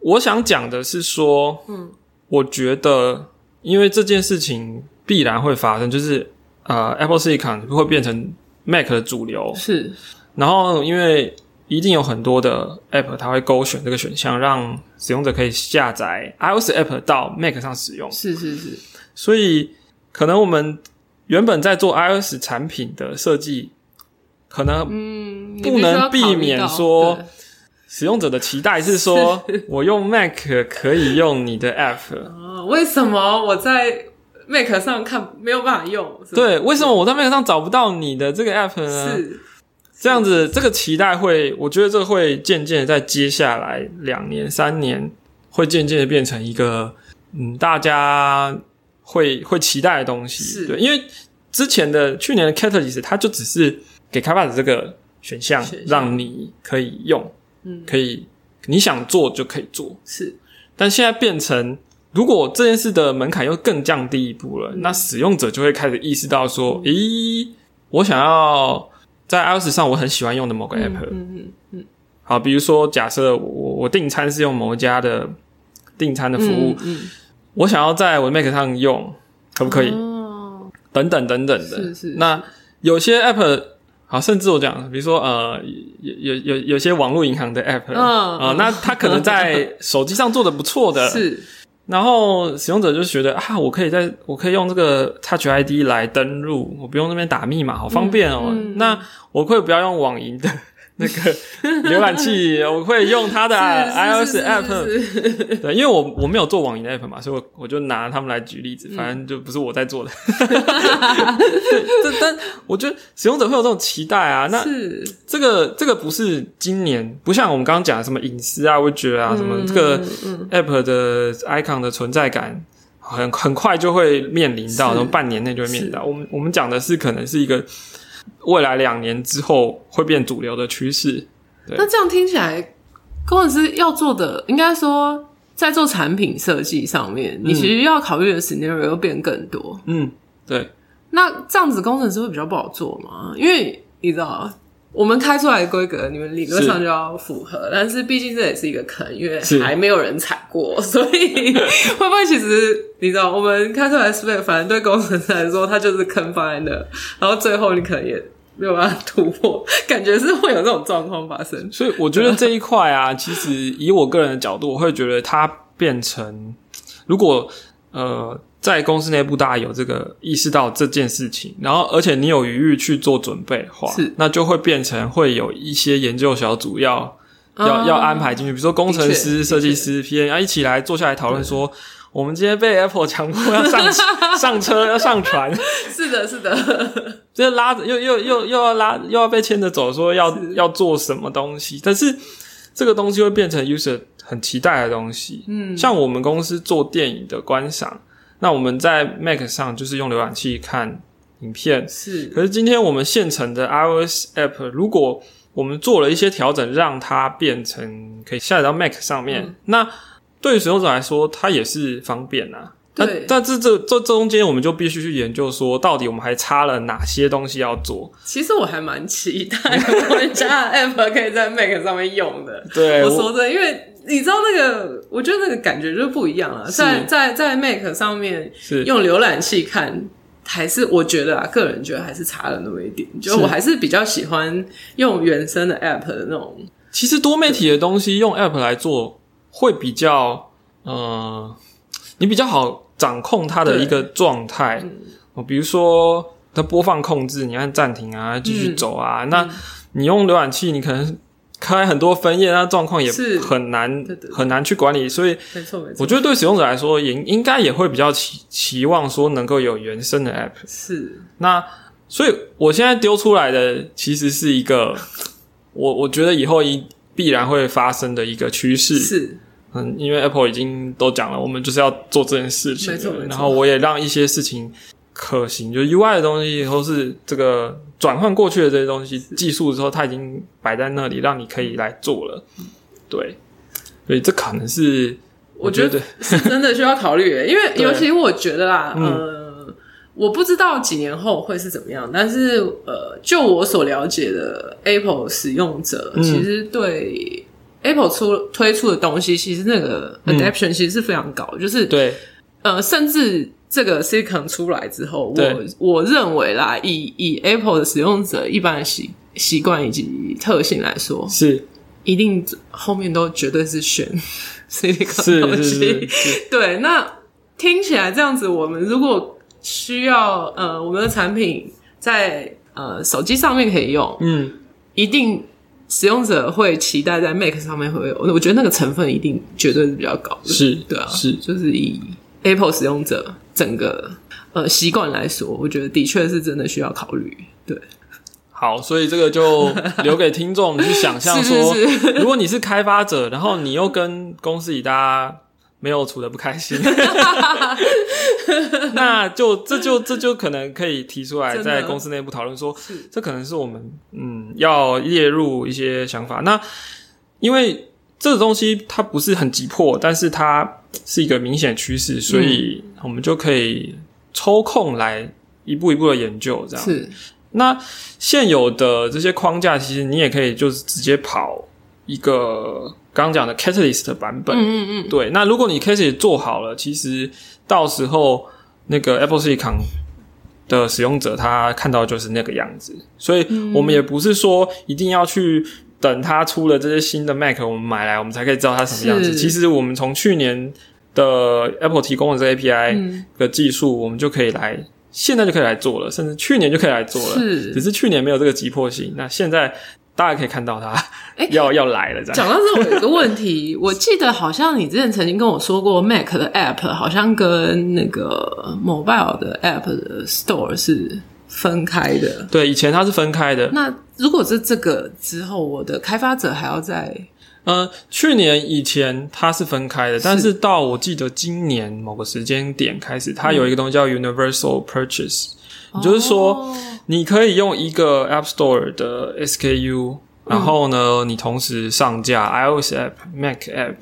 [SPEAKER 1] 我想讲的是说，
[SPEAKER 2] 嗯，
[SPEAKER 1] 我觉得因为这件事情必然会发生，就是呃，Apple Silicon 会变成 Mac 的主流，
[SPEAKER 2] 是
[SPEAKER 1] 然后因为一定有很多的 App 它会勾选这个选项，让使用者可以下载 iOS App 到 Mac 上使用。
[SPEAKER 2] 是是是，
[SPEAKER 1] 所以可能我们原本在做 iOS 产品的设计，可能
[SPEAKER 2] 嗯，
[SPEAKER 1] 不能避免说使用者的期待是说，我用 Mac 可以用你的 App。
[SPEAKER 2] 啊、哦为什么我在 Mac 上看没有办法用？是
[SPEAKER 1] 对，为什么我在 Mac 上找不到你的这个 App
[SPEAKER 2] 吗
[SPEAKER 1] 呢？
[SPEAKER 2] 是
[SPEAKER 1] 这样子，这个期待会，我觉得这会渐渐地在接下来两年、三年，会渐渐的变成一个，嗯，大家会会期待的东西。
[SPEAKER 2] 是
[SPEAKER 1] 对，因为之前的去年的 Catalyst，它就只是给开发者这个选项
[SPEAKER 2] 选，项
[SPEAKER 1] 让你可以用，
[SPEAKER 2] 嗯
[SPEAKER 1] 可以你想做就可以做。
[SPEAKER 2] 是
[SPEAKER 1] 但现在变成，如果这件事的门槛又更降低一步
[SPEAKER 2] 嗯
[SPEAKER 1] 了，那使用者就会开始意识到说，咦，我想要在 iOS 上我很喜欢用的某个 app，、
[SPEAKER 2] 嗯嗯嗯，
[SPEAKER 1] 好，比如说假设我我我订餐是用某一家的订餐的服务，
[SPEAKER 2] 嗯
[SPEAKER 1] 我想要在我的 Mac 上用，可不可以？
[SPEAKER 2] 哦，
[SPEAKER 1] 等等等等的。
[SPEAKER 2] 是是
[SPEAKER 1] 那有些 app 好，甚至我讲，比如说呃，有有有有些网络银行的 app，
[SPEAKER 2] 嗯
[SPEAKER 1] 啊、那它可能在手机上做的不错的，
[SPEAKER 2] 是
[SPEAKER 1] 然后使用者就觉得啊，我可以在我可以用这个 Touch ID 来登录，我不用那边打密码，好方便哦。
[SPEAKER 2] 嗯嗯
[SPEAKER 1] 那我可以不要用网银的那 个浏览器，我会用它的呃 iOS
[SPEAKER 2] 是是是
[SPEAKER 1] app。
[SPEAKER 2] 是是是
[SPEAKER 1] 对，因为我我没有做网银的 app 嘛，所以我我就拿他们来举例子，
[SPEAKER 2] 嗯
[SPEAKER 1] 反正就不是我在 做的。这但我觉得使用者会有这种期待啊，那
[SPEAKER 2] 是
[SPEAKER 1] 这个这个不是今年，不像我们刚刚讲的什么隐私啊、味觉啊，什么这个
[SPEAKER 2] 嗯嗯
[SPEAKER 1] App 的 icon 的存在感，很很快就会面临到，然
[SPEAKER 2] 是
[SPEAKER 1] 后半年内就会面临到。我们我们讲的是可能是一个未来两年之后会变主流的趋势。对
[SPEAKER 2] 那这样听起来，工程师要做的，应该说在做产品设计上面，你其实要考虑的 scenario 又变更多。
[SPEAKER 1] 嗯，对，
[SPEAKER 2] 那这样子工程师会比较不好做吗？因为你知道，我们开出来的规格，你们理论上
[SPEAKER 1] 是
[SPEAKER 2] 就要符合，但是毕竟这也是一个坑，因为
[SPEAKER 1] 是
[SPEAKER 2] 还没有人踩过，所以会不会其实你知道，我们开出来的 spec，反正对工程师来说，它就是坑放在那，然后最后你可能也没有办法突破，感觉是会有这种状况发生。
[SPEAKER 1] 所以我觉得这一块啊， 其实以我个人的角度，我会觉得它变成，如果呃在公司内部大家有这个意识到这件事情，然后而且你有余裕去做准备的话，
[SPEAKER 2] 是
[SPEAKER 1] 那就会变成会有一些研究小组要要、
[SPEAKER 2] 啊
[SPEAKER 1] 要安排进去，比如说工程师、
[SPEAKER 2] 的确
[SPEAKER 1] 设计师、P N 要一起来坐下来讨论说。我们今天被 Apple 强迫要上上车， 要上船，
[SPEAKER 2] 是的，是的，
[SPEAKER 1] 这拉着又又又又要拉又要被牵着走，说要要做什么东西，但是这个东西会变成 user 很期待的东西。
[SPEAKER 2] 嗯，
[SPEAKER 1] 像我们公司做电影的观赏，那我们在 Mac 上就是用浏览器看影片，
[SPEAKER 2] 是
[SPEAKER 1] 可是今天我们现成的 iOS app，如果我们做了一些调整，让它变成可以下载到 Mac 上面，
[SPEAKER 2] 嗯
[SPEAKER 1] 那对于使用者来说，它也是方便啊。但
[SPEAKER 2] 对
[SPEAKER 1] 但这这这中间，我们就必须去研究说，到底我们还差了哪些东西要做？
[SPEAKER 2] 其实我还蛮期待我 们家的 app 可以在 Mac 上面用的。
[SPEAKER 1] 对，
[SPEAKER 2] 我
[SPEAKER 1] 我
[SPEAKER 2] 说真的，因为你知道那个，我觉得那个感觉就不一样了。在在在 Mac 上面
[SPEAKER 1] 是
[SPEAKER 2] 用浏览器看，还是我觉得啊，个人觉得还是差了那么一点。就是我还是比较喜欢用原生的 app 的那种
[SPEAKER 1] 其实多媒体的东西用 App 来做会比较，呃，你比较好掌控它的一个状态。
[SPEAKER 2] 嗯
[SPEAKER 1] 哦，比如说它播放控制，你按暂停啊，继续走
[SPEAKER 2] 嗯
[SPEAKER 1] 啊。那你用浏览器，你可能开很多分页，那状况也
[SPEAKER 2] 是
[SPEAKER 1] 很难
[SPEAKER 2] 对对对
[SPEAKER 1] 很难去管理。所以
[SPEAKER 2] 没错没错，
[SPEAKER 1] 我觉得对使用者来说，也应该也会比较期期望说能够有原生的 App。
[SPEAKER 2] 是
[SPEAKER 1] 那所以我现在丢出来的其实是一个，我我觉得以后一必然会发生的一个趋势。
[SPEAKER 2] 是
[SPEAKER 1] 嗯，因为 Apple 已经都讲了，我们就是要做这件事情
[SPEAKER 2] 没错
[SPEAKER 1] 了。
[SPEAKER 2] 没错
[SPEAKER 1] 然后我也让一些事情可行，就是 UI 的东西，或是这个转换过去的这些东西，技术之后它已经摆在那里，让你可以来做了。对，所以这可能是
[SPEAKER 2] 我
[SPEAKER 1] 觉
[SPEAKER 2] 觉
[SPEAKER 1] 得
[SPEAKER 2] 得是真的需要考虑耶，因为
[SPEAKER 1] 对
[SPEAKER 2] 尤其我觉得啦，
[SPEAKER 1] 嗯
[SPEAKER 2] 呃，我不知道几年后会是怎么样，但是呃，就我所了解的 Apple 使用者，
[SPEAKER 1] 嗯
[SPEAKER 2] 其实对 Apple 出推出的东西，其实那个
[SPEAKER 1] 嗯
[SPEAKER 2] adaption 其实是非常高，就是
[SPEAKER 1] 对，
[SPEAKER 2] 呃，甚至这个 Silicon 出来之后，我
[SPEAKER 1] 对
[SPEAKER 2] 我认为啦，以以 Apple 的使用者一般的习习惯以及特性来说，
[SPEAKER 1] 是
[SPEAKER 2] 一定后面都绝对是选 Silicon
[SPEAKER 1] 是
[SPEAKER 2] 东
[SPEAKER 1] 是
[SPEAKER 2] 西。
[SPEAKER 1] 是是，
[SPEAKER 2] 对，那听起来这样子，我们如果需要呃，我们的产品在呃手机上面可以用，
[SPEAKER 1] 嗯，
[SPEAKER 2] 一定使用者会期待在 Mac 上面会有，我觉得那个成分一定绝对是比较高的。
[SPEAKER 1] 是，
[SPEAKER 2] 对啊，
[SPEAKER 1] 是
[SPEAKER 2] 就是以 Apple 使用者整个呃习惯来说，我觉得的确是真的需要考虑。对，
[SPEAKER 1] 好，所以这个就留给听众去想象说，
[SPEAKER 2] 是是
[SPEAKER 1] 如果你是开发者，然后你又跟公司里大家没有处的不开心，那就这就这就可能可以提出来
[SPEAKER 2] 真的
[SPEAKER 1] 在公司内部讨论说，
[SPEAKER 2] 是
[SPEAKER 1] 这可能是我们嗯要列入一些想法。那因为这个东西它不是很急迫，但是它是一个明显趋势，所以我们就可以抽空来一步一步的研究这样。
[SPEAKER 2] 是
[SPEAKER 1] 那现有的这些框架，其实你也可以就是直接跑一个刚刚讲的 Catalyst 的版本。
[SPEAKER 2] 嗯嗯嗯，
[SPEAKER 1] 对，那如果你 Catalyst 做好了，其实到时候那个 Apple Silicon 的使用者他看到就是那个样子，所以
[SPEAKER 2] 嗯
[SPEAKER 1] 我们也不是说一定要去。等它出了这些新的 Mac，我们买来，我们才可以知道它什么样子。
[SPEAKER 2] 是
[SPEAKER 1] 其实我们从去年的 Apple 提供的这 API，、
[SPEAKER 2] 嗯
[SPEAKER 1] 的技术，我们就可以来，现在就可以来做了，甚至去年就可以来做了，
[SPEAKER 2] 是
[SPEAKER 1] 只是去年没有这个急迫性。那现在大家可以看到它、 要要来了，这样
[SPEAKER 2] 哎 讲到这，我有一个问题，我记得好像你之前曾经跟我说过，Mac 的 App 好像跟那个 Mobile 的 App 的 Store 是分开的。
[SPEAKER 1] 对，以前它是分开的，
[SPEAKER 2] 那如果是这个之后，我的开发者还要在
[SPEAKER 1] 呃，去年以前它是分开的，但是到我记得今年某个时间点开始，它有一个东西叫 Universal Purchase，、也就是说
[SPEAKER 2] 哦
[SPEAKER 1] 你可以用一个 App Store 的 SKU，然后呢，你同时上架 iOS App、Mac App，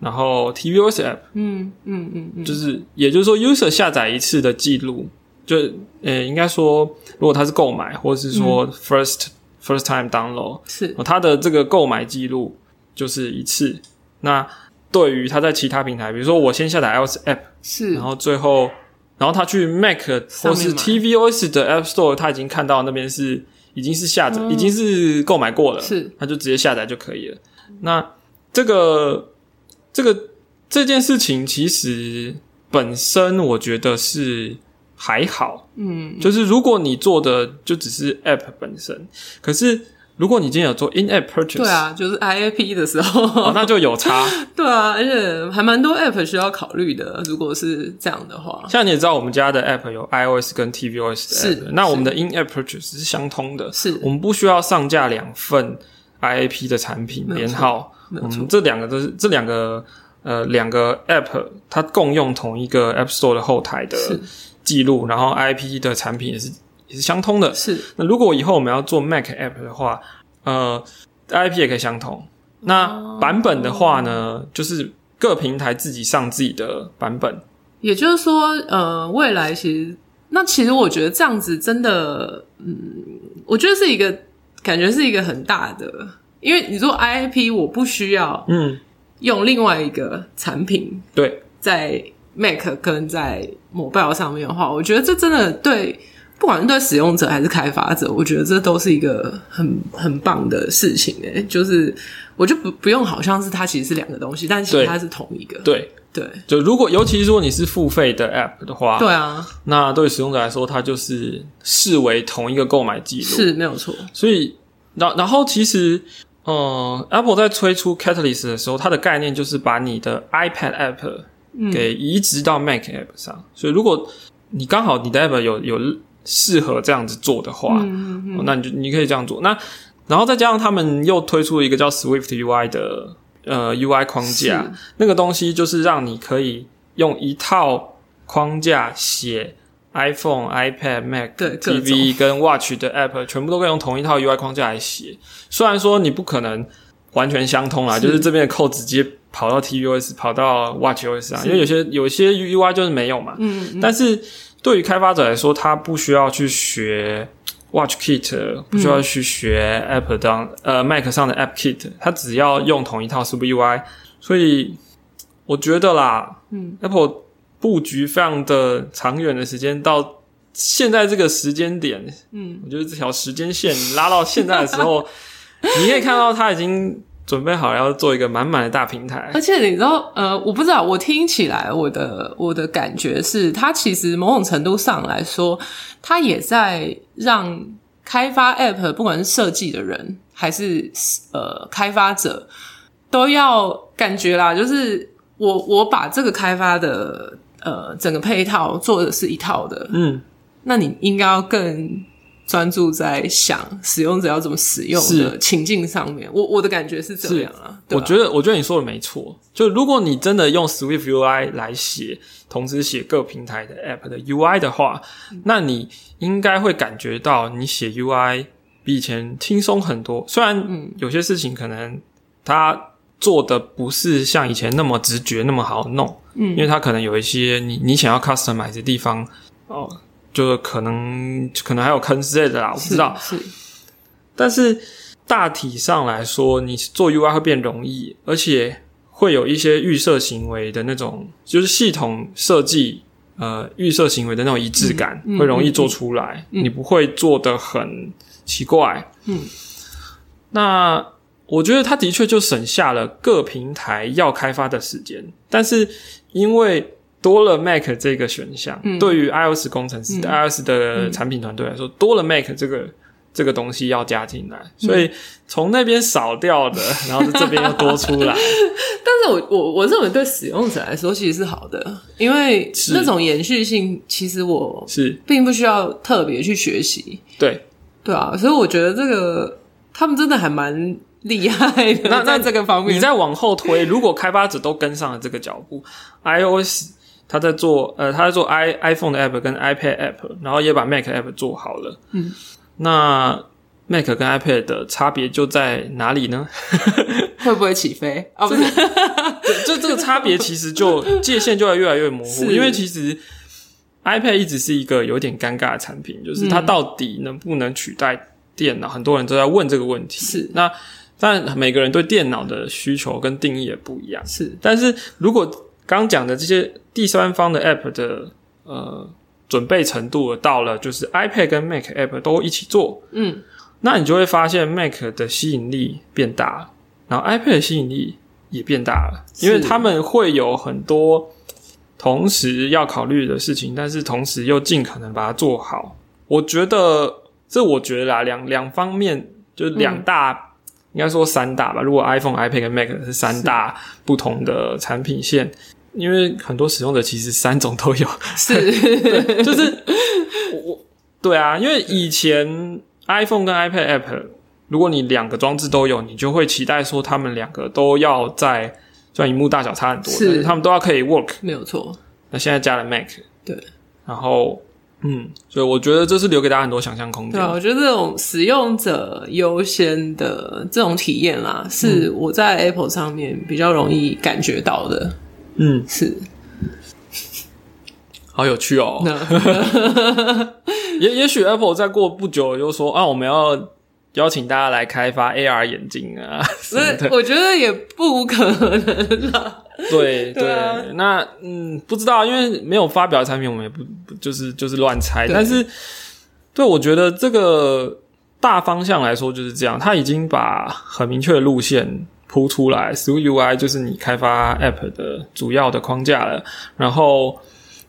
[SPEAKER 1] 然后 tvOS App。
[SPEAKER 2] 嗯嗯嗯嗯，
[SPEAKER 1] 就是也就是说，user 下载一次的记录，就呃，应该说，如果他是购买，或是说 first、first time download，
[SPEAKER 2] 是
[SPEAKER 1] 哦他的这个购买记录就是一次。那对于他在其他平台，比如说我先下载 iOS app，
[SPEAKER 2] 是
[SPEAKER 1] 然，后最后，然后他去 Mac
[SPEAKER 2] 嗯上
[SPEAKER 1] 或是
[SPEAKER 2] 面买
[SPEAKER 1] tvOS 的 App Store，他已经看到那边是已经是下载，已经是购买过了，
[SPEAKER 2] 嗯是
[SPEAKER 1] 他就直接下载就可以了。那这个这个这件事情，其实本身我觉得是还好，
[SPEAKER 2] 嗯
[SPEAKER 1] 就是如果你做的就只是 App 本身，可是如果你今天有做 In App Purchase，
[SPEAKER 2] 对。啊，就是 IAP 的时
[SPEAKER 1] 哦
[SPEAKER 2] 候，，
[SPEAKER 1] 那就有差。
[SPEAKER 2] 对啊，而且还蛮多 app 需要考虑的。如果是这样的话，
[SPEAKER 1] 像你也知道，我们家的 App 有 iOS 跟 tvOS 的
[SPEAKER 2] 是
[SPEAKER 1] App，那我们
[SPEAKER 2] 是
[SPEAKER 1] 的 In App Purchase 是相通的，
[SPEAKER 2] 是
[SPEAKER 1] 我们不需要上架两份 IAP 的产品
[SPEAKER 2] 没有
[SPEAKER 1] 编
[SPEAKER 2] 错
[SPEAKER 1] 号，
[SPEAKER 2] 没
[SPEAKER 1] 我
[SPEAKER 2] 有
[SPEAKER 1] 们
[SPEAKER 2] 错，
[SPEAKER 1] 这两个都是这两个呃两个 App 它共用同一个 App Store 的后台的
[SPEAKER 2] 是
[SPEAKER 1] 记录，然后 IP 的产品也是也是相通的。
[SPEAKER 2] 是
[SPEAKER 1] 那如果以后我们要做 Mac App 的话，呃，IP 也可以相同。那版本的话呢，就是各平台自己上自己的版本。
[SPEAKER 2] 也就是说，呃，未来其实那其实我觉得这样子真的，嗯，我觉得是一个感觉是一个很大的，因为你说 IAP 我不需要
[SPEAKER 1] 嗯，
[SPEAKER 2] 用另外一个产品
[SPEAKER 1] 对，
[SPEAKER 2] 在 Mac 跟在 Mobile 上面的话，我觉得这真的对不管是对使用者还是开发者，我觉得这都是一个很很棒的事情诶、就是我就不不用好像是它其实是两个东西，但其实
[SPEAKER 1] 对
[SPEAKER 2] 它是同一个。
[SPEAKER 1] 对，
[SPEAKER 2] 对
[SPEAKER 1] 就如果尤其是如果你是付费的 App 的话，
[SPEAKER 2] 对啊，
[SPEAKER 1] 那对使用者来说，它就是视为同一个购买记录。
[SPEAKER 2] 是没有错。
[SPEAKER 1] 所以，然然后其实，嗯，Apple 在推出 Catalyst 的时候，它的概念就是把你的 iPad
[SPEAKER 2] 嗯
[SPEAKER 1] App 给移植到 Mac App 上。所以，如果你刚好你的 App 有有适合这样子做的话，
[SPEAKER 2] 嗯
[SPEAKER 1] 哦那你就你可以这样做。那然后再加上他们又推出了一个叫 Swift UI 的呃 UI 框架，那个东西就是让你可以用一套框架写 iPhone、iPad、Mac、
[SPEAKER 2] 对各
[SPEAKER 1] TV 跟 Watch 的 App 全部都可以用同一套 UI 框架来写。虽然说你不可能完全相通啦，
[SPEAKER 2] 是
[SPEAKER 1] 就是这边的扣直接跑到 TVOS、跑到 WatchOS 啊，
[SPEAKER 2] 是
[SPEAKER 1] 因为有些有些 UI 就是没有嘛。
[SPEAKER 2] 嗯，嗯
[SPEAKER 1] 但是对于开发者来说，他不需要去学 WatchKit，不需要去学
[SPEAKER 2] 嗯
[SPEAKER 1] App 当、呃 Mac 上的 AppKit，他只要用同一套 SwiftUI。所以我觉得啦，
[SPEAKER 2] 嗯
[SPEAKER 1] ，Apple 布局非常的长远的时间到。现在这个时间点，
[SPEAKER 2] 嗯，
[SPEAKER 1] 我觉得这条时间线拉到现在的时 候，你可以看到他已经准备好要做一个满满的大平台
[SPEAKER 2] 而。且你知道，呃，我不知道，我听起来我的我的感觉是，它其实某种程度上来说，它也在让开发 App，不管是设计的人还是呃开发者，都要感觉啦，就是我我把这个开发的呃整个配套做的是一套的，
[SPEAKER 1] 嗯，
[SPEAKER 2] 那你应该要更。专注在想使用者要怎么使用的
[SPEAKER 1] 是
[SPEAKER 2] 情境上面，我我的感觉是这
[SPEAKER 1] 是
[SPEAKER 2] 样啊。对
[SPEAKER 1] 我
[SPEAKER 2] 吧
[SPEAKER 1] 觉得，我觉得你说的没错。就如果你真的用 Swift UI 来写，同时写各平台的 App 的 UI 的话，那你应该会感觉到你写 UI 比以前轻松很多。虽
[SPEAKER 2] 嗯
[SPEAKER 1] 然有些事情可能它做的不是像以前那么直觉那么好弄，
[SPEAKER 2] 嗯
[SPEAKER 1] 因为它可能有一些你你想要 customize 的地方哦，就是可能可能还有坑之类的啦，我不知道。
[SPEAKER 2] 是是
[SPEAKER 1] 但是大体上来说，你做 UI 会变容易，而且会有一些预设行为的那种，就是系统设计呃预设行为的那种一致感，
[SPEAKER 2] 嗯嗯
[SPEAKER 1] 会容易做出来，你不会做的很奇怪。
[SPEAKER 2] 嗯，
[SPEAKER 1] 那我觉得它的确就省下了各平台要开发的时间，但是因为多了 Mac 这个选项，
[SPEAKER 2] 嗯
[SPEAKER 1] 对于 iOS 工程师、iOS 的产品团队来说，多了 Mac 这个这个东西要加进来，所以从那边少掉的，
[SPEAKER 2] 嗯
[SPEAKER 1] 然后这边又多出 来，
[SPEAKER 2] 但是我我我认为对使用者来说其实是好的，因为
[SPEAKER 1] 是
[SPEAKER 2] 那种延续性，其实我
[SPEAKER 1] 是
[SPEAKER 2] 并不需要特别去学习，
[SPEAKER 1] 对。
[SPEAKER 2] 对啊，所以我觉得这个他们真的还蛮厉害的。
[SPEAKER 1] 那那
[SPEAKER 2] 在这个方面，
[SPEAKER 1] 你再往后推，如果开发者都跟上了这个脚步，iOS 它在做呃，它在做 i iPhone 的 app 跟 iPad app，然后也把 Mac app 做好了，
[SPEAKER 2] 嗯，
[SPEAKER 1] 那 Mac 跟 iPad 的差别就在哪里呢？
[SPEAKER 2] 会不会起飞？啊，不是，
[SPEAKER 1] 这这个差别其实就界限就会越来越模糊，
[SPEAKER 2] 是
[SPEAKER 1] 因为其实 iPad 一直是一个有点尴尬的产品，就是它
[SPEAKER 2] 嗯
[SPEAKER 1] 到底能不能取代电脑，很多人都在问这个问题。
[SPEAKER 2] 是
[SPEAKER 1] 那但每个人对电脑的需求跟定义也不一样。
[SPEAKER 2] 是
[SPEAKER 1] 但是如果刚讲的这些第三方的 App 的呃准备程度到了，就是 iPad 跟 Mac App 都一起做，
[SPEAKER 2] 嗯，
[SPEAKER 1] 那你就会发现 Mac 的吸引力变大了，然后 iPad 的吸引力也变大了，
[SPEAKER 2] 是
[SPEAKER 1] 因为他们会有很多同时要考虑的事情，但是同时又尽可能把它做好。我觉得这，我觉得啦，两两方面就是两大，应该说三大吧。如果 iPhone、iPad 跟 Mac 是三大不同的产品线，因为很多使用者其实三种都有，
[SPEAKER 2] 是，
[SPEAKER 1] 就是我我对啊，因为以前 iPhone 跟 iPad App，如果你两个装置都有，你就会期待说他们两个都要在虽然荧幕大小差很多，
[SPEAKER 2] 是
[SPEAKER 1] 但是他们都要可以 work。
[SPEAKER 2] 没有错，
[SPEAKER 1] 那现在加了 Mac，
[SPEAKER 2] 对，
[SPEAKER 1] 然后嗯，所以我觉得这是留给大家很多想象空
[SPEAKER 2] 对
[SPEAKER 1] 间
[SPEAKER 2] 啊，。我觉得这种使用者优先的这种体验啦，是我在 Apple 上面比较容易感觉到的，
[SPEAKER 1] 嗯，
[SPEAKER 2] 是
[SPEAKER 1] 好有趣哦。
[SPEAKER 2] 那。
[SPEAKER 1] 也也许 Apple 再过不久就说啊，我们要邀请大家来开发 AR 眼镜啊什么的
[SPEAKER 2] 那。我觉得也不无可能啦。
[SPEAKER 1] 对
[SPEAKER 2] 对啊
[SPEAKER 1] 那嗯，不知道，因为没有发表的产品，我们也不不就是就是乱猜。
[SPEAKER 2] 对
[SPEAKER 1] 但是对，我觉得这个大方向来说就是这样，它已经把很明确的路线铺出来。Through UI 就是你开发 App 的主要的框架了，然后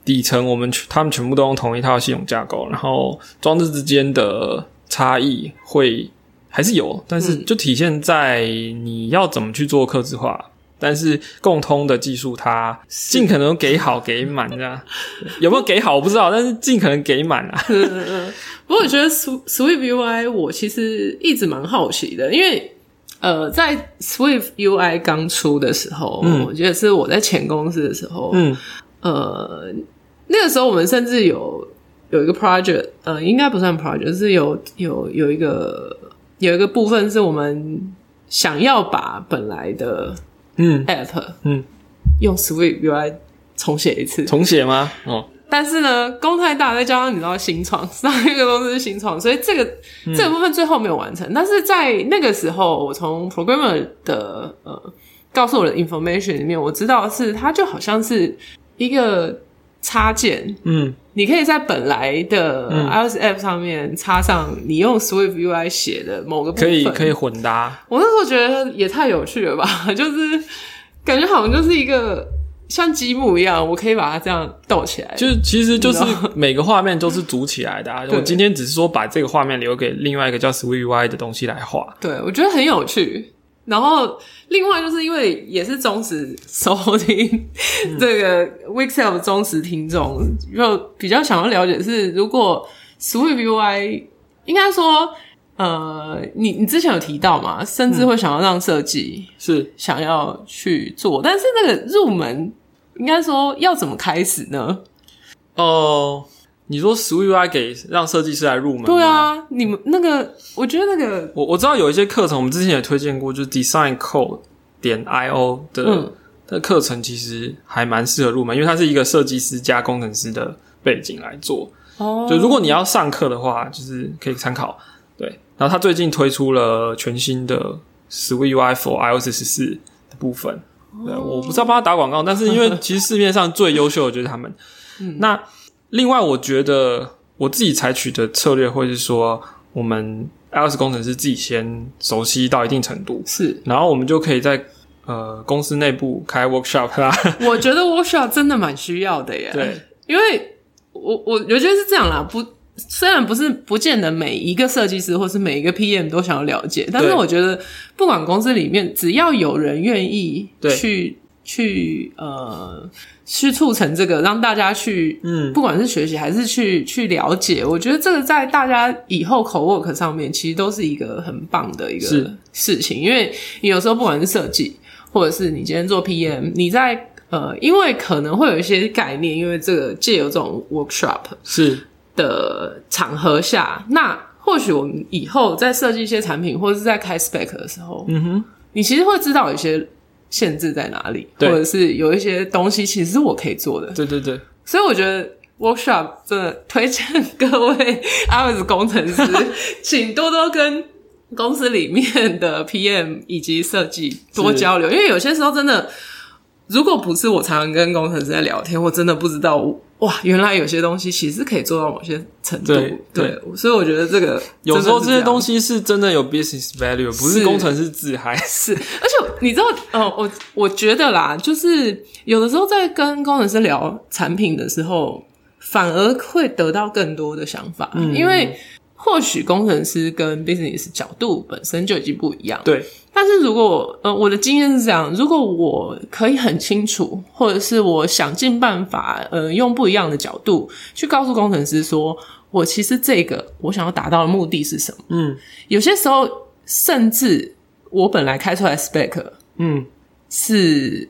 [SPEAKER 1] 底层我们全他们全部都用同一套系统架构，然后装置之间的差异会还是有，但是就体现在你要怎么去做客制化。但是共通的技术，它尽可能给好给满这 样，有没有给好我不知道，但是尽可能给满啊。
[SPEAKER 2] 不过我觉得 Sw- Swift UI 我其实一直蛮好奇的，因为呃，在 Swift UI 刚出的时候，
[SPEAKER 1] 嗯
[SPEAKER 2] 我觉得是我在前公司的时候，
[SPEAKER 1] 嗯
[SPEAKER 2] 呃，那个时候我们甚至有有一个 project，呃，应该不算 project，是有有有一个有一个部分是我们想要把本来的
[SPEAKER 1] 嗯
[SPEAKER 2] app
[SPEAKER 1] 嗯，
[SPEAKER 2] 用 Swift UI 重写一次，
[SPEAKER 1] 重写吗？哦，
[SPEAKER 2] 但是呢，工太大，再加上你知道新创，上一个公司是新创，所以这个、
[SPEAKER 1] 嗯
[SPEAKER 2] 这个部分最后没有完成。但是在那个时候，我从 programmer 的呃告诉我的 information 里面，我知道是它就好像是一个插件，
[SPEAKER 1] 嗯
[SPEAKER 2] 你可以在本来的
[SPEAKER 1] 嗯
[SPEAKER 2] iOS app 上面插上你用 Swift UI 写的某个部
[SPEAKER 1] 可
[SPEAKER 2] 分，
[SPEAKER 1] 以可以混搭，
[SPEAKER 2] 我那时候觉得也太有趣了吧， 就是感觉好像就是一个像积木一样，我可以把它这样斗起来。
[SPEAKER 1] 就是其实就是
[SPEAKER 2] 你知
[SPEAKER 1] 每个画面都是组起来的、啊。
[SPEAKER 2] 对
[SPEAKER 1] 我今天只是说把这个画面留给另外一个叫 Swift UI 的东西来画。
[SPEAKER 2] 对，我觉得很有趣。然后，另外就是因为也是忠实 收听
[SPEAKER 1] 嗯
[SPEAKER 2] 这个 Wixel 的忠实听众，就比较想要了解是，如果 Swift UI 应该说，呃，你你之前有提到嘛，甚至会想要让设计、
[SPEAKER 1] 是，
[SPEAKER 2] 想要去做，但是那个入门应该说要怎么开始呢？
[SPEAKER 1] 哦、你说 Swift UI 给让设计师来入门？
[SPEAKER 2] 对。啊，你们那个，我觉得那个，
[SPEAKER 1] 我我知道有一些课程，我们之前也推荐过，就是 Design Code 点 io 的、
[SPEAKER 2] 嗯
[SPEAKER 1] 的课程，其实还蛮适合入门，因为它是一个设计师加工程师的背景来做。
[SPEAKER 2] 哦
[SPEAKER 1] 就如果你要上课的话，就是可以参考。对，然后他最近推出了全新的 Swift UI for iOS 十四的部分。对，我不是要帮他打广告，但是因为其实市面上最优秀的就是他们。那另外，我觉得我自己采取的策略会是说，我们 iOS 工程师自己先熟悉到一定程度，
[SPEAKER 2] 是，
[SPEAKER 1] 然后我们就可以在呃公司内部开 workshop 啦。
[SPEAKER 2] 我觉得 workshop 真的蛮需要的耶。
[SPEAKER 1] 对，
[SPEAKER 2] 因为我我我觉得是这样啦，不，虽然不是不见得每一个设计师或是每一个 PM 都想要了解，但是
[SPEAKER 1] 对
[SPEAKER 2] 我觉得不管公司里面，只要有人愿意
[SPEAKER 1] 对
[SPEAKER 2] 去去呃去促成这个，让大家去。
[SPEAKER 1] 嗯，
[SPEAKER 2] 不管是学习还是去去了解，我觉得这个在大家以后口 work 上面，其实都是一个很棒的一
[SPEAKER 1] 是
[SPEAKER 2] 个事情。因为你有时候不管是设计，或者是你今天做 PM，你在呃，因为可能会有一些概念，因为这个借由这种 workshop
[SPEAKER 1] 是
[SPEAKER 2] 的场合下，那或许我们以后在设计一些产品，或者是在开 spec 的时候，
[SPEAKER 1] 嗯哼，
[SPEAKER 2] 你其实会知道有一些限制在哪里，或
[SPEAKER 1] 对
[SPEAKER 2] 者是有一些东西其实是我可以做的。
[SPEAKER 1] 对对对。
[SPEAKER 2] 所以我觉得 workshop 真的推荐各位 iOS 工程 师，请多多跟公司里面的 PM 以及设计多交流，因为有些时候真的，如果不是我常常跟工程师在聊天，我真的不知道哇，原来有些东西其实可以做到某些程度。
[SPEAKER 1] 对
[SPEAKER 2] 对，所以我觉得这个
[SPEAKER 1] 有时候这些东西
[SPEAKER 2] 西。
[SPEAKER 1] 是真的有 business value，不是
[SPEAKER 2] 是
[SPEAKER 1] 工程师自嗨。
[SPEAKER 2] 是，而且你知道，呃，我我觉得啦，就是有的时候在跟工程师聊产品的时候，反而会得到更多的想法，
[SPEAKER 1] 嗯
[SPEAKER 2] 因为或许工程师跟 business 角度本身就已经不一样。
[SPEAKER 1] 对，
[SPEAKER 2] 但是如果呃，我的经验是这样，如果我可以很清楚，或者是我想尽办法，呃，用不一样的角度去告诉工程师说，我其实这个我想要达到的目的是什么。
[SPEAKER 1] 嗯
[SPEAKER 2] 有些时候，甚至我本来开出来 spec
[SPEAKER 1] 嗯，
[SPEAKER 2] 是，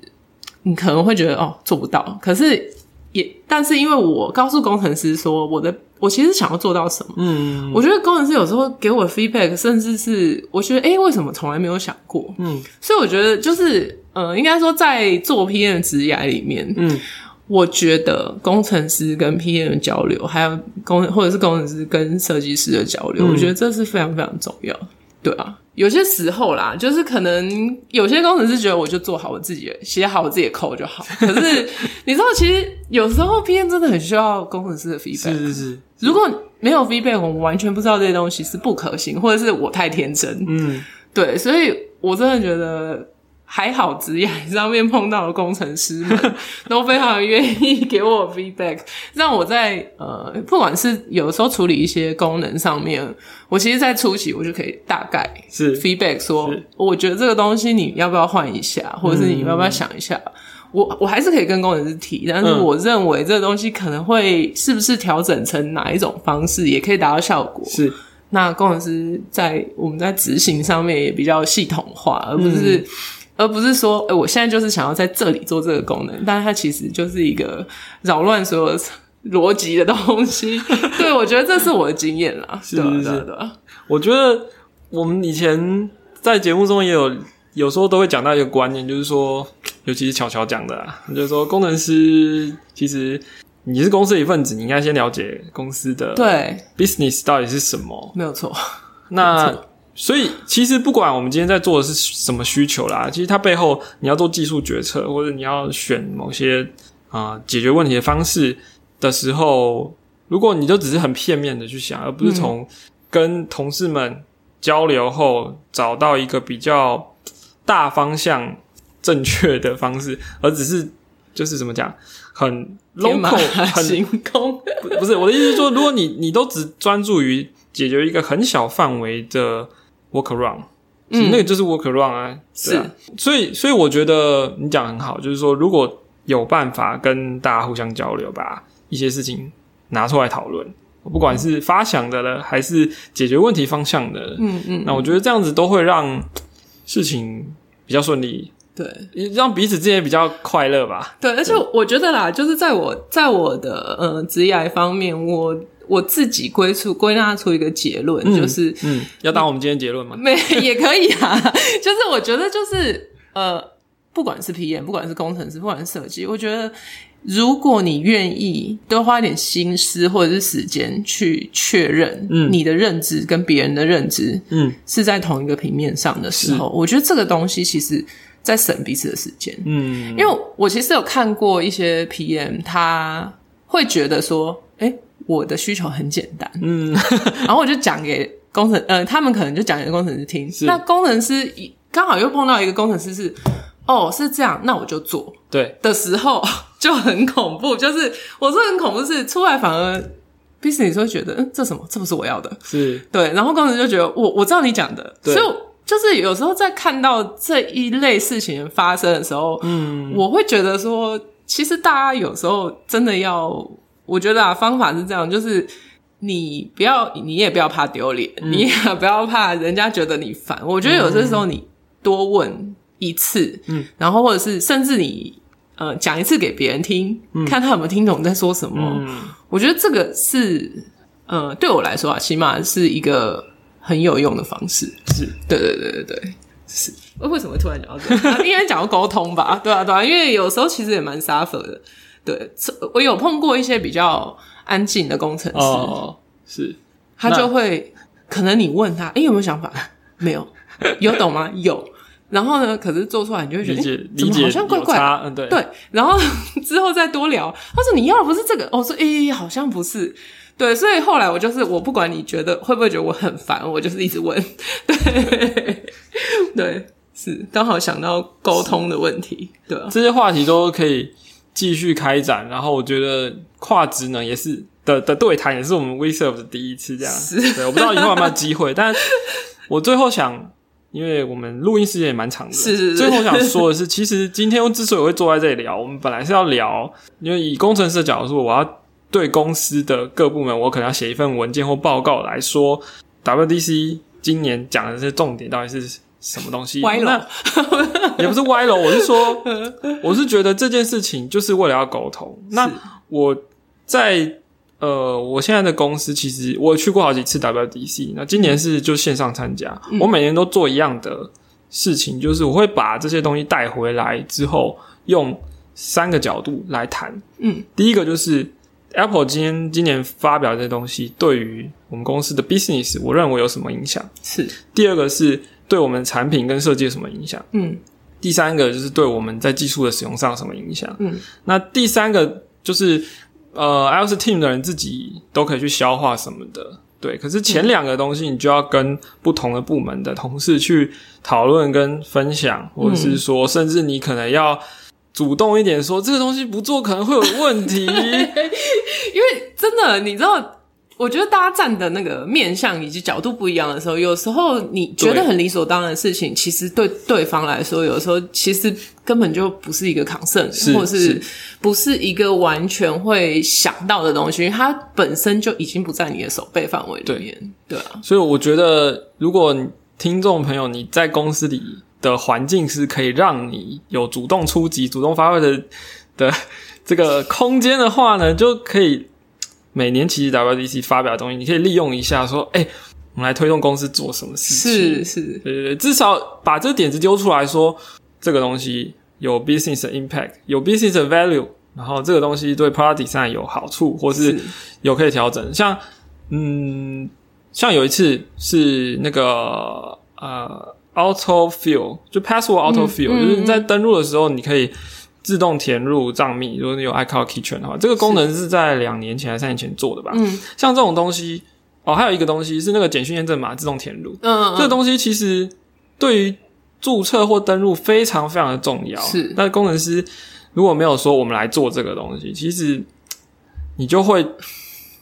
[SPEAKER 2] 你可能会觉得哦做不到，可是也，但是因为我告诉工程师说我的，我其实想要做到什么，
[SPEAKER 1] 嗯
[SPEAKER 2] 我觉得工程师有时候给我的 feedback，甚至是我觉得哎、诶为什么从来没有想过？
[SPEAKER 1] 嗯
[SPEAKER 2] 所以我觉得就是，呃，应该说在做 PM 职涯里面，
[SPEAKER 1] 嗯，
[SPEAKER 2] 我觉得工程师跟 PM 的交流，还有工或者是工程师跟设计师的交流，
[SPEAKER 1] 嗯
[SPEAKER 2] 我觉得这是非常非常重要。对啊，有些时候啦，就是可能有些工程师觉得我就做好我自己的，写好我自己的扣就好。可是你知道，其实有时候 PM 真的很需要工程师的 feedback。
[SPEAKER 1] 是是是，
[SPEAKER 2] 如果没有 feedback，我们完全不知道这些东西是不可行，或者是我太天真。
[SPEAKER 1] 嗯，
[SPEAKER 2] 对，所以我真的觉得还好，职业上面碰到的工程师们都非常愿意给我 feedback，让我在呃，不管是有时候处理一些功能上面，我其实，在初期我就可以大概
[SPEAKER 1] 是
[SPEAKER 2] feedback 说
[SPEAKER 1] 是，嗯
[SPEAKER 2] 我觉得这个东西你要不要换一下，或者是你要不要想一下。我我还是可以跟工程师提，但是
[SPEAKER 1] 嗯
[SPEAKER 2] 我认为这个东西可能会是不是调整成哪一种方式，也可以达到效果。
[SPEAKER 1] 是
[SPEAKER 2] 那工程师在我们在执行上面也比较系统化，而不是、
[SPEAKER 1] 嗯
[SPEAKER 2] 而不是说，哎、我现在就是想要在这里做这个功能，但是它其实就是一个扰乱所有逻辑的 东西。对，我觉得这是我的经验啦。
[SPEAKER 1] 是
[SPEAKER 2] 对啊
[SPEAKER 1] 是
[SPEAKER 2] 对啊
[SPEAKER 1] 是
[SPEAKER 2] 对啊
[SPEAKER 1] 我觉得我们以前在节目中也有，有时候都会讲到一个观念，就是说，尤其是巧巧讲的、啊，就是说工程师其实你是公司的一份子，你应该先了解公司的
[SPEAKER 2] 对，
[SPEAKER 1] business 到底是什么。
[SPEAKER 2] 没有错。
[SPEAKER 1] 那所以其实不管我们今天在做的是什么需求啦，其实它背后你要做技术决策，或者你要选某些啊、呃解决问题的方式的时候，如果你就只是很片面的去想，而不是从跟同事们交流后找到一个比较大方向正确的方式，而只是就是怎么讲，很
[SPEAKER 2] 天马
[SPEAKER 1] local 很
[SPEAKER 2] 行空，
[SPEAKER 1] 不不是我的意思是说，如果你你都只专注于解决一个很小范围的 work around，其
[SPEAKER 2] 嗯
[SPEAKER 1] 实那个就是 work around 啊，对啊所以所以我觉得你讲得很好，就是说如果有办法跟大家互相交流，把一些事情拿出来讨论，不管是发想的了，还是解决问题方向的，
[SPEAKER 2] 嗯嗯，
[SPEAKER 1] 那我觉得这样子都会让事情比较顺利，
[SPEAKER 2] 对。
[SPEAKER 1] 让彼此之间也比较快乐吧。
[SPEAKER 2] 对，而且我觉得啦，就是在我在我的呃职业方面，我我自己归出归纳出一个结论，就是
[SPEAKER 1] 嗯，要当我们今天结论吗？
[SPEAKER 2] 没 也可以啊， 就是我觉得就是呃，不管是 PM，不管是工程师，不管是设计，我觉得如果你愿意多花一点心思或者是时间去确认，
[SPEAKER 1] 嗯
[SPEAKER 2] 你的认知跟别人的认知
[SPEAKER 1] 嗯
[SPEAKER 2] 是在同一个平面上的时候，我觉得这个东西其实在省彼此的时间，
[SPEAKER 1] 嗯，
[SPEAKER 2] 因为我其实有看过一些 PM，他会觉得说，哎、我的需求很简单，
[SPEAKER 1] 嗯，
[SPEAKER 2] 然后我就讲给工程，呃，他们可能就讲给工程师听。那工程师一刚好又碰到一个工程师是，哦，是这样，那我就做
[SPEAKER 1] 对。
[SPEAKER 2] 的时候 就很恐怖，就是我说很恐怖是出来反而 business 会觉得，嗯，这什么？这不是我要的，
[SPEAKER 1] 是，
[SPEAKER 2] 对，然后工程就觉得我我知道你讲的，
[SPEAKER 1] 对
[SPEAKER 2] 所以我就是有时候在看到这一类事情发生的时候，嗯，我会觉得说，其实大家有时候真的要，我觉得啊，方法是这样，就是。你不要，你也不要怕丢脸，
[SPEAKER 1] 嗯
[SPEAKER 2] 你也不要怕人家觉得你烦。我觉得有些时候你多问一次，
[SPEAKER 1] 嗯，
[SPEAKER 2] 然后或者是甚至你呃讲一次给别人听，看他有没有听懂在说什么，
[SPEAKER 1] 嗯，
[SPEAKER 2] 我觉得这个是，呃，对我来说啊，起码是一个很有用的方式。
[SPEAKER 1] 是，
[SPEAKER 2] 对对对对对，是。为什么会突然讲到这个？ 啊应该讲到沟通吧？对啊对啊，因为有时候其实也蛮 suffer 的。对，这我有碰过一些比较安静的工程师，
[SPEAKER 1] 哦，是，
[SPEAKER 2] 他
[SPEAKER 1] 那
[SPEAKER 2] 就会可能你问他，哎、有没有想法？ 没有，有懂吗？有。然后呢？可是做出来你就会觉
[SPEAKER 1] 理
[SPEAKER 2] 得，
[SPEAKER 1] 解
[SPEAKER 2] 诶
[SPEAKER 1] 理
[SPEAKER 2] 怎么
[SPEAKER 1] 解
[SPEAKER 2] 好像怪
[SPEAKER 1] 有
[SPEAKER 2] 怪的。
[SPEAKER 1] 差，嗯，对，
[SPEAKER 2] 对，然后 之后再多聊。他说你要的不是这个，我说诶、好像不是。对，所以后来我就是我不管你觉得会不会觉得我很烦，我就是一直问。对，对，是刚好想到沟通的问题。对啊，
[SPEAKER 1] 这些话题都可以继续开展。然后我觉得跨职能也是的的对谈，也是我们 WeServe 的第一次这样。对，我不知道以后有没有机会， 但我最后想，因为我们录音时间也蛮长的，
[SPEAKER 2] 是是是
[SPEAKER 1] 最后我想说的是，其实今天之所以会坐在这里聊，我们本来是要聊，因为以工程师的角度，我要对公司的各部门，我可能要写一份文件或报告来说，WDC 今年讲的这些重点到底是什么东西？
[SPEAKER 2] 歪楼
[SPEAKER 1] 那 也不是歪楼，我是说，我是觉得这件事情就是为了要沟通。那我在呃，我现在的公司其实我去过好几次 WDC，那今年是就线上参加，
[SPEAKER 2] 嗯
[SPEAKER 1] 我每年都做一样的事情，就是我会把这些东西带回来之后，用三个角度来谈。
[SPEAKER 2] 嗯，
[SPEAKER 1] 第一个就是 Apple 今天今年发表这些东西，对于我们公司的 business，我认为有什么影响？
[SPEAKER 2] 是，
[SPEAKER 1] 第二个是对我们产品跟设计有什么影响？
[SPEAKER 2] 嗯
[SPEAKER 1] 第三个就是对我们在技术的使用上有什么影响？
[SPEAKER 2] 嗯，
[SPEAKER 1] 那第三个就是呃，iOS team 的人自己都可以去消化什么的。对，可是前两个东西你就要跟不同的部门的同事去讨论跟分享，或者是说，甚至你可能要主动一点说，这个东西不做可能会有问题。
[SPEAKER 2] 因为真的，你知道，我觉得大家站的那个面向以及角度不一样的时候，有时候你觉得
[SPEAKER 1] 对
[SPEAKER 2] 很理所当然的事情，其实对对方来说，有时候其实根本就不是一个 concern，
[SPEAKER 1] 是
[SPEAKER 2] 或者是
[SPEAKER 1] 是
[SPEAKER 2] 不是一个完全会想到的东西，因为它本身就已经不在你的手背范围里
[SPEAKER 1] 对
[SPEAKER 2] 面。对啊，
[SPEAKER 1] 所以我觉得，如果你听众朋友你在公司里的环境是可以让你有主动出击、主动发挥的 的这个空间的话呢，就可以每年其实 WDC 发表的东西，你可以利用一下，说，哎、我们来推动公司做什么事情。
[SPEAKER 2] 是是，
[SPEAKER 1] 对对对，至少把这点子丢出来说，这个东西有 business 的 impact，有 business 的 value，然后这个东西对 product design 有好处，或是
[SPEAKER 2] 是
[SPEAKER 1] 有可以调整。像嗯，像有一次是那个呃 auto fill，就 password auto fill，、
[SPEAKER 2] 嗯嗯
[SPEAKER 1] 就是你在登录的时候，你可以自动填入账密。如果你有 iCloud Keychain 的话，这个功能是在两年前还是三年前做的吧？
[SPEAKER 2] 嗯
[SPEAKER 1] 像这种东西。哦，还有一个东西是那个简讯验证码自动填入，
[SPEAKER 2] 嗯，
[SPEAKER 1] 这个
[SPEAKER 2] 嗯
[SPEAKER 1] 东西其实对于注册或登录非常非常的重要。
[SPEAKER 2] 是
[SPEAKER 1] 那工程师如果没有说我们来做这个东西，其实你就会，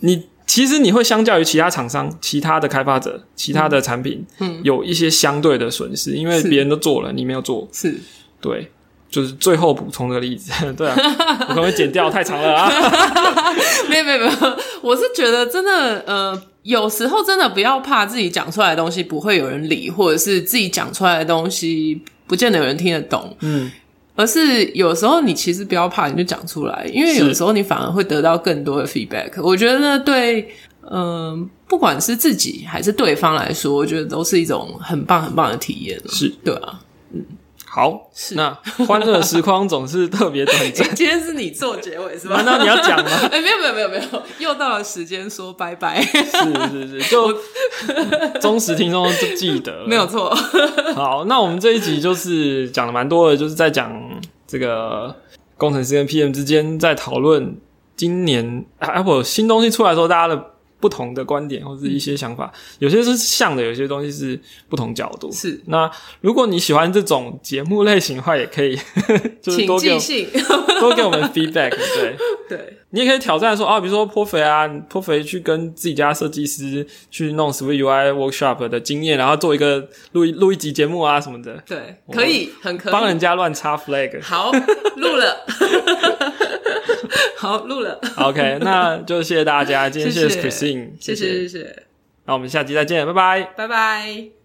[SPEAKER 1] 你其实你会相较于其他厂商、其他的开发者、其他的产品，
[SPEAKER 2] 嗯
[SPEAKER 1] 有一些相对的损失，因为
[SPEAKER 2] 是
[SPEAKER 1] 别人都做了，你没有做。
[SPEAKER 2] 是。
[SPEAKER 1] 对，就是最后补充这个例子， 对啊，我可能会剪掉太长了啊。
[SPEAKER 2] 没有没有没有，我是觉得真的，呃，有时候真的不要怕自己讲出来的东西不会有人理，或者是自己讲出来的东西不见得有人听得懂，
[SPEAKER 1] 嗯，
[SPEAKER 2] 而是有时候你其实不要怕，你就讲出来，因为
[SPEAKER 1] 是
[SPEAKER 2] 有时候你反而会得到更多的 feedback。我觉得呢，对，嗯、不管是自己还是对方来说，我觉得都是一种很棒很棒的体验。
[SPEAKER 1] 是
[SPEAKER 2] 对啊，。
[SPEAKER 1] 好，那欢乐时光总是特别短暂
[SPEAKER 2] 今天是你做结尾是吧？
[SPEAKER 1] 难道你要讲吗？
[SPEAKER 2] 哎、没有没有没有没有，又到了时间说拜拜，
[SPEAKER 1] 是是是，就 忠实听众就记得了
[SPEAKER 2] 没有。错。
[SPEAKER 1] 好，那我们这一集就是讲了蛮多的，就是在讲这个工程师跟 PM 之间在讨论今年啊 Apple 有新东西出来的时候，大家的不同的观点或是一些想法，
[SPEAKER 2] 嗯
[SPEAKER 1] 有些是像的，有些东西是不同角度。
[SPEAKER 2] 是
[SPEAKER 1] 那如果你喜欢这种节目类型的话，也可以 就是
[SPEAKER 2] 请
[SPEAKER 1] 多给
[SPEAKER 2] 寄
[SPEAKER 1] 我
[SPEAKER 2] 信。
[SPEAKER 1] 多给我们 feedback，对。
[SPEAKER 2] 对，
[SPEAKER 1] 你也可以挑战说啊，比如说颇肥啊，你颇肥去跟自己家设计师去弄 Swift UI workshop 的经验，然后做一个录一录一集节目啊什么的，
[SPEAKER 2] 对，
[SPEAKER 1] 我
[SPEAKER 2] 可以，很可以。
[SPEAKER 1] 帮人家乱插 flag。
[SPEAKER 2] 好，录了，好录了，
[SPEAKER 1] OK，那就谢谢大家，今天
[SPEAKER 2] 谢
[SPEAKER 1] 谢
[SPEAKER 2] 谢
[SPEAKER 1] Christine，
[SPEAKER 2] 谢谢谢谢，
[SPEAKER 1] 那我们下期再见，拜拜。
[SPEAKER 2] 拜拜。